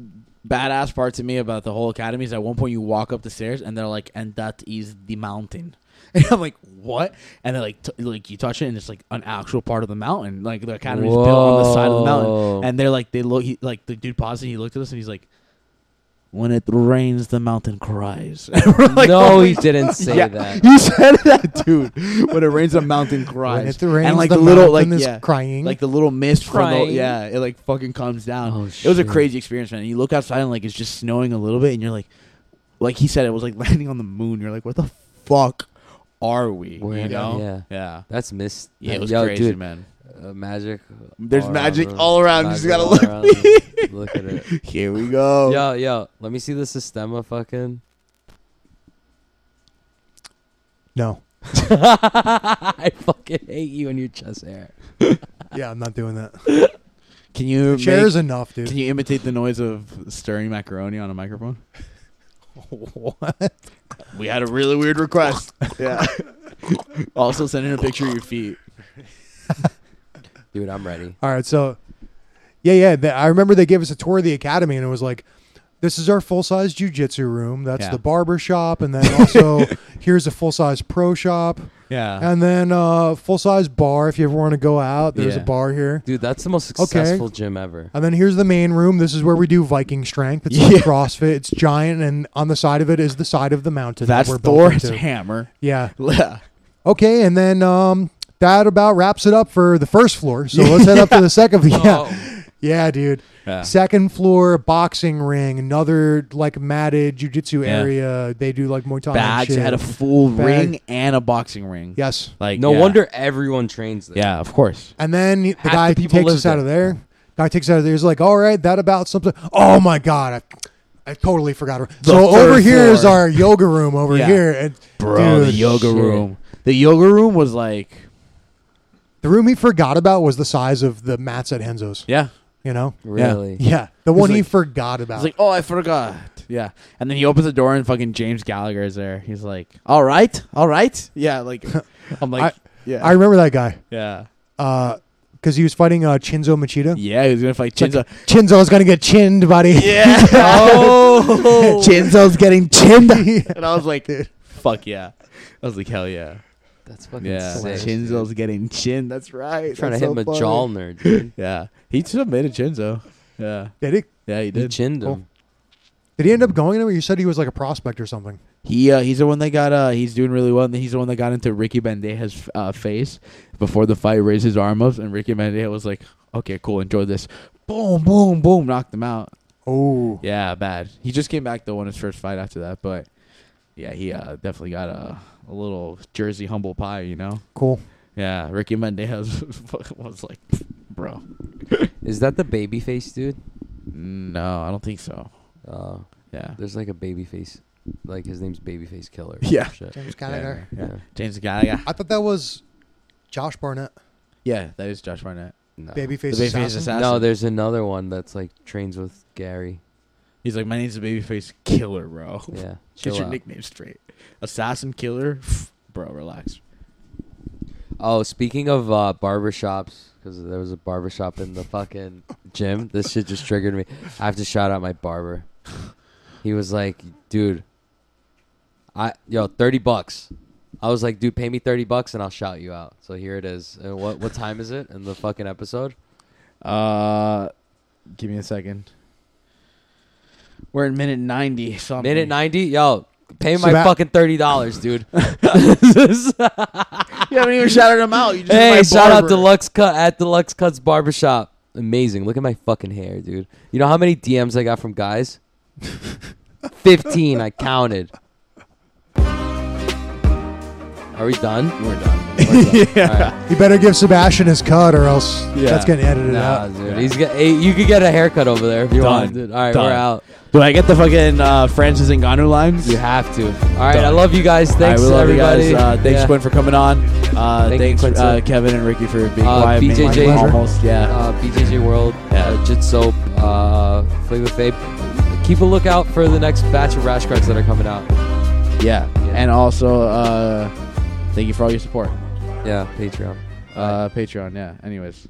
badass part to me about the whole academy is at one point you walk up the stairs and they're like, "And that is the mountain." And I'm like, "What?" And they're like, t- "Like you touch it and it's like an actual part of the mountain. Like the academy is built on the side of the mountain." Whoa. And they're like, "They look he, like the dude paused and he looked at us and he's like." When it rains, the mountain cries. no, he didn't say Yeah. that. you said that, dude. When it rains, the mountain cries. When it rains, and like the, the, little, like mountain is yeah, crying. like the little mist from the Crying. yeah, it like fucking comes down. Oh, It was a shit. crazy experience, man. You look outside and like it's just snowing a little bit, and you're like, like he said, it was like landing on the moon. You're like, what the fuck are we? Where- you know? yeah. yeah, That's missed. yeah. It was Yo, crazy, dude, man. uh, magic. There's all magic around. all around. You just Magic gotta all look. Oh. around. look at it. Here we go. Yo, yo, let me see the Sistema fucking. no. I fucking hate you and your chest hair. Yeah, I'm not doing that. Can you Chair is make, enough, dude. can you imitate the noise of stirring macaroni on a microphone? What? We had a really weird request. yeah. also, send in a picture of your feet. Dude, I'm ready. All right, so yeah, yeah. They, I remember they gave us a tour of the academy, and it was like, "This is our full-size jujitsu room. That's Yeah. the barber shop, and then also here's a full-size pro shop, Yeah. and then uh, full-size bar if you ever want to go out. There's Yeah. a bar here, Dude, that's the most successful gym ever. and then here's the main room. This is where we do Viking strength. It's Yeah. like CrossFit. It's giant, and on the side of it is the side of the mountain. that That's we're built Thor's into. hammer. Yeah. Yeah. Okay, and then um, that about wraps it up for the first floor. So let's head up to the second. floor. Yeah, yeah, dude. Oh. Yeah. Second floor boxing ring, another like matted jujitsu Yeah. area. They do like Muay Thai. and Bags shit. had a full Bag. ring and a boxing ring. yes, Like No yeah. wonder everyone trains there. Yeah, of course. and then the Half guy the people takes live us out of there. there. Guy takes us out of there. He's like, "All right, that about something." Oh my god, I, I totally forgot. so third over here is floor. our yoga room over Yeah. here, and Bro, the Dude, yoga shit. room. The yoga room was like the room he forgot about was the size of the mats at Henzo's. Yeah. You know, Really? yeah, the He's one he like- forgot about. He's like, Oh, I forgot. Yeah. And then he opens the door and fucking James Gallagher is there. He's like, All right, all right. Yeah, like I'm like Yeah. I remember that guy yeah. because he was fighting uh, Chinzo Machida. Yeah, he was gonna fight It's Chinzo. Chinzo's gonna get chinned, buddy. Yeah. oh. Chinzo's getting chinned. and I was like, Dude. fuck yeah. I was like, hell yeah. That's fucking Yeah. sick. Chinzo's getting chinned. That's right. trying to hit That's so him a funny. jaw nerd, dude. Yeah. He submitted Chinzo. Yeah. Did he? Yeah, he He did. Oh. chinned him. Did he end up going anywhere? You said he was like a prospect or something. He uh, he's the one that got uh he's doing really well. And he's the one that got into Ricky Bandeja's uh, face before the fight. Raised his arm up, and Ricky Bandeja was like, "Okay, cool, enjoy this." Boom, boom, boom, knocked him out. Oh, Yeah, bad. He just came back though, won his first fight after that. But yeah, he uh, definitely got a a little Jersey humble pie, you know. cool. Yeah, Ricky Mendejas was like, bro, Is that the baby face, dude? no, I don't think so. Uh, Oh. Yeah, there's like a baby face. Like his name's Babyface Killer. or Yeah. shit. James Gallagher. Gallagher. Yeah. Yeah. James Gallagher. I thought that was Josh Barnett, Yeah, that is Josh Barnett. No. babyface Uh, The Babyface assassin. Assassin. No, there's another one that's like trains with Gary. He's like, my name's the Babyface Killer, bro. Yeah. Get chill your out. nickname straight. Assassin Killer, bro. Relax. Oh, speaking of uh, barbershops, because there was a barbershop in the fucking gym. This shit just triggered me. I have to shout out my barber. He was like, dude, I yo, 30 bucks. I was like, dude, pay me 30 bucks and I'll shout you out. So here it is. And what what time is it in the fucking episode? Uh, give me a second. We're in minute ninety. Something. Minute 90? Yo, pay my Seba- fucking $30, dude. You haven't even shouted him out. You just hey, my shout out barber. Deluxe Cut at Deluxe Cuts Barbershop. Amazing. Look at my fucking hair, dude. You know how many DMs I got from guys? 15, I counted. Are we done? We're done. yeah. You better give Sebastian his cut, or else Yeah. that's getting edited Nah, out. dude. He's got, hey, you could get a haircut over there if you Done. want, dude. All right, Done. we're out. Do I get the fucking uh, Francis Ngannou lines? You have to. All right, I Done. love you guys. Thanks, I love everybody. you guys. Uh, thanks, Yeah. Quinn, for coming on. Uh, Thank you, thanks, Quincy. uh, Kevin and Ricky, for being Uh, quiet. man. BJJ. Like, almost, yeah. uh, BJJ World, Yeah. uh, Jit Soap, uh, Flavor Fabe. Keep a lookout for the next batch of rash guards that are coming out. yeah. yeah, And also, uh, thank you for all your support. Yeah, Patreon. Uh, Patreon, yeah. Anyways.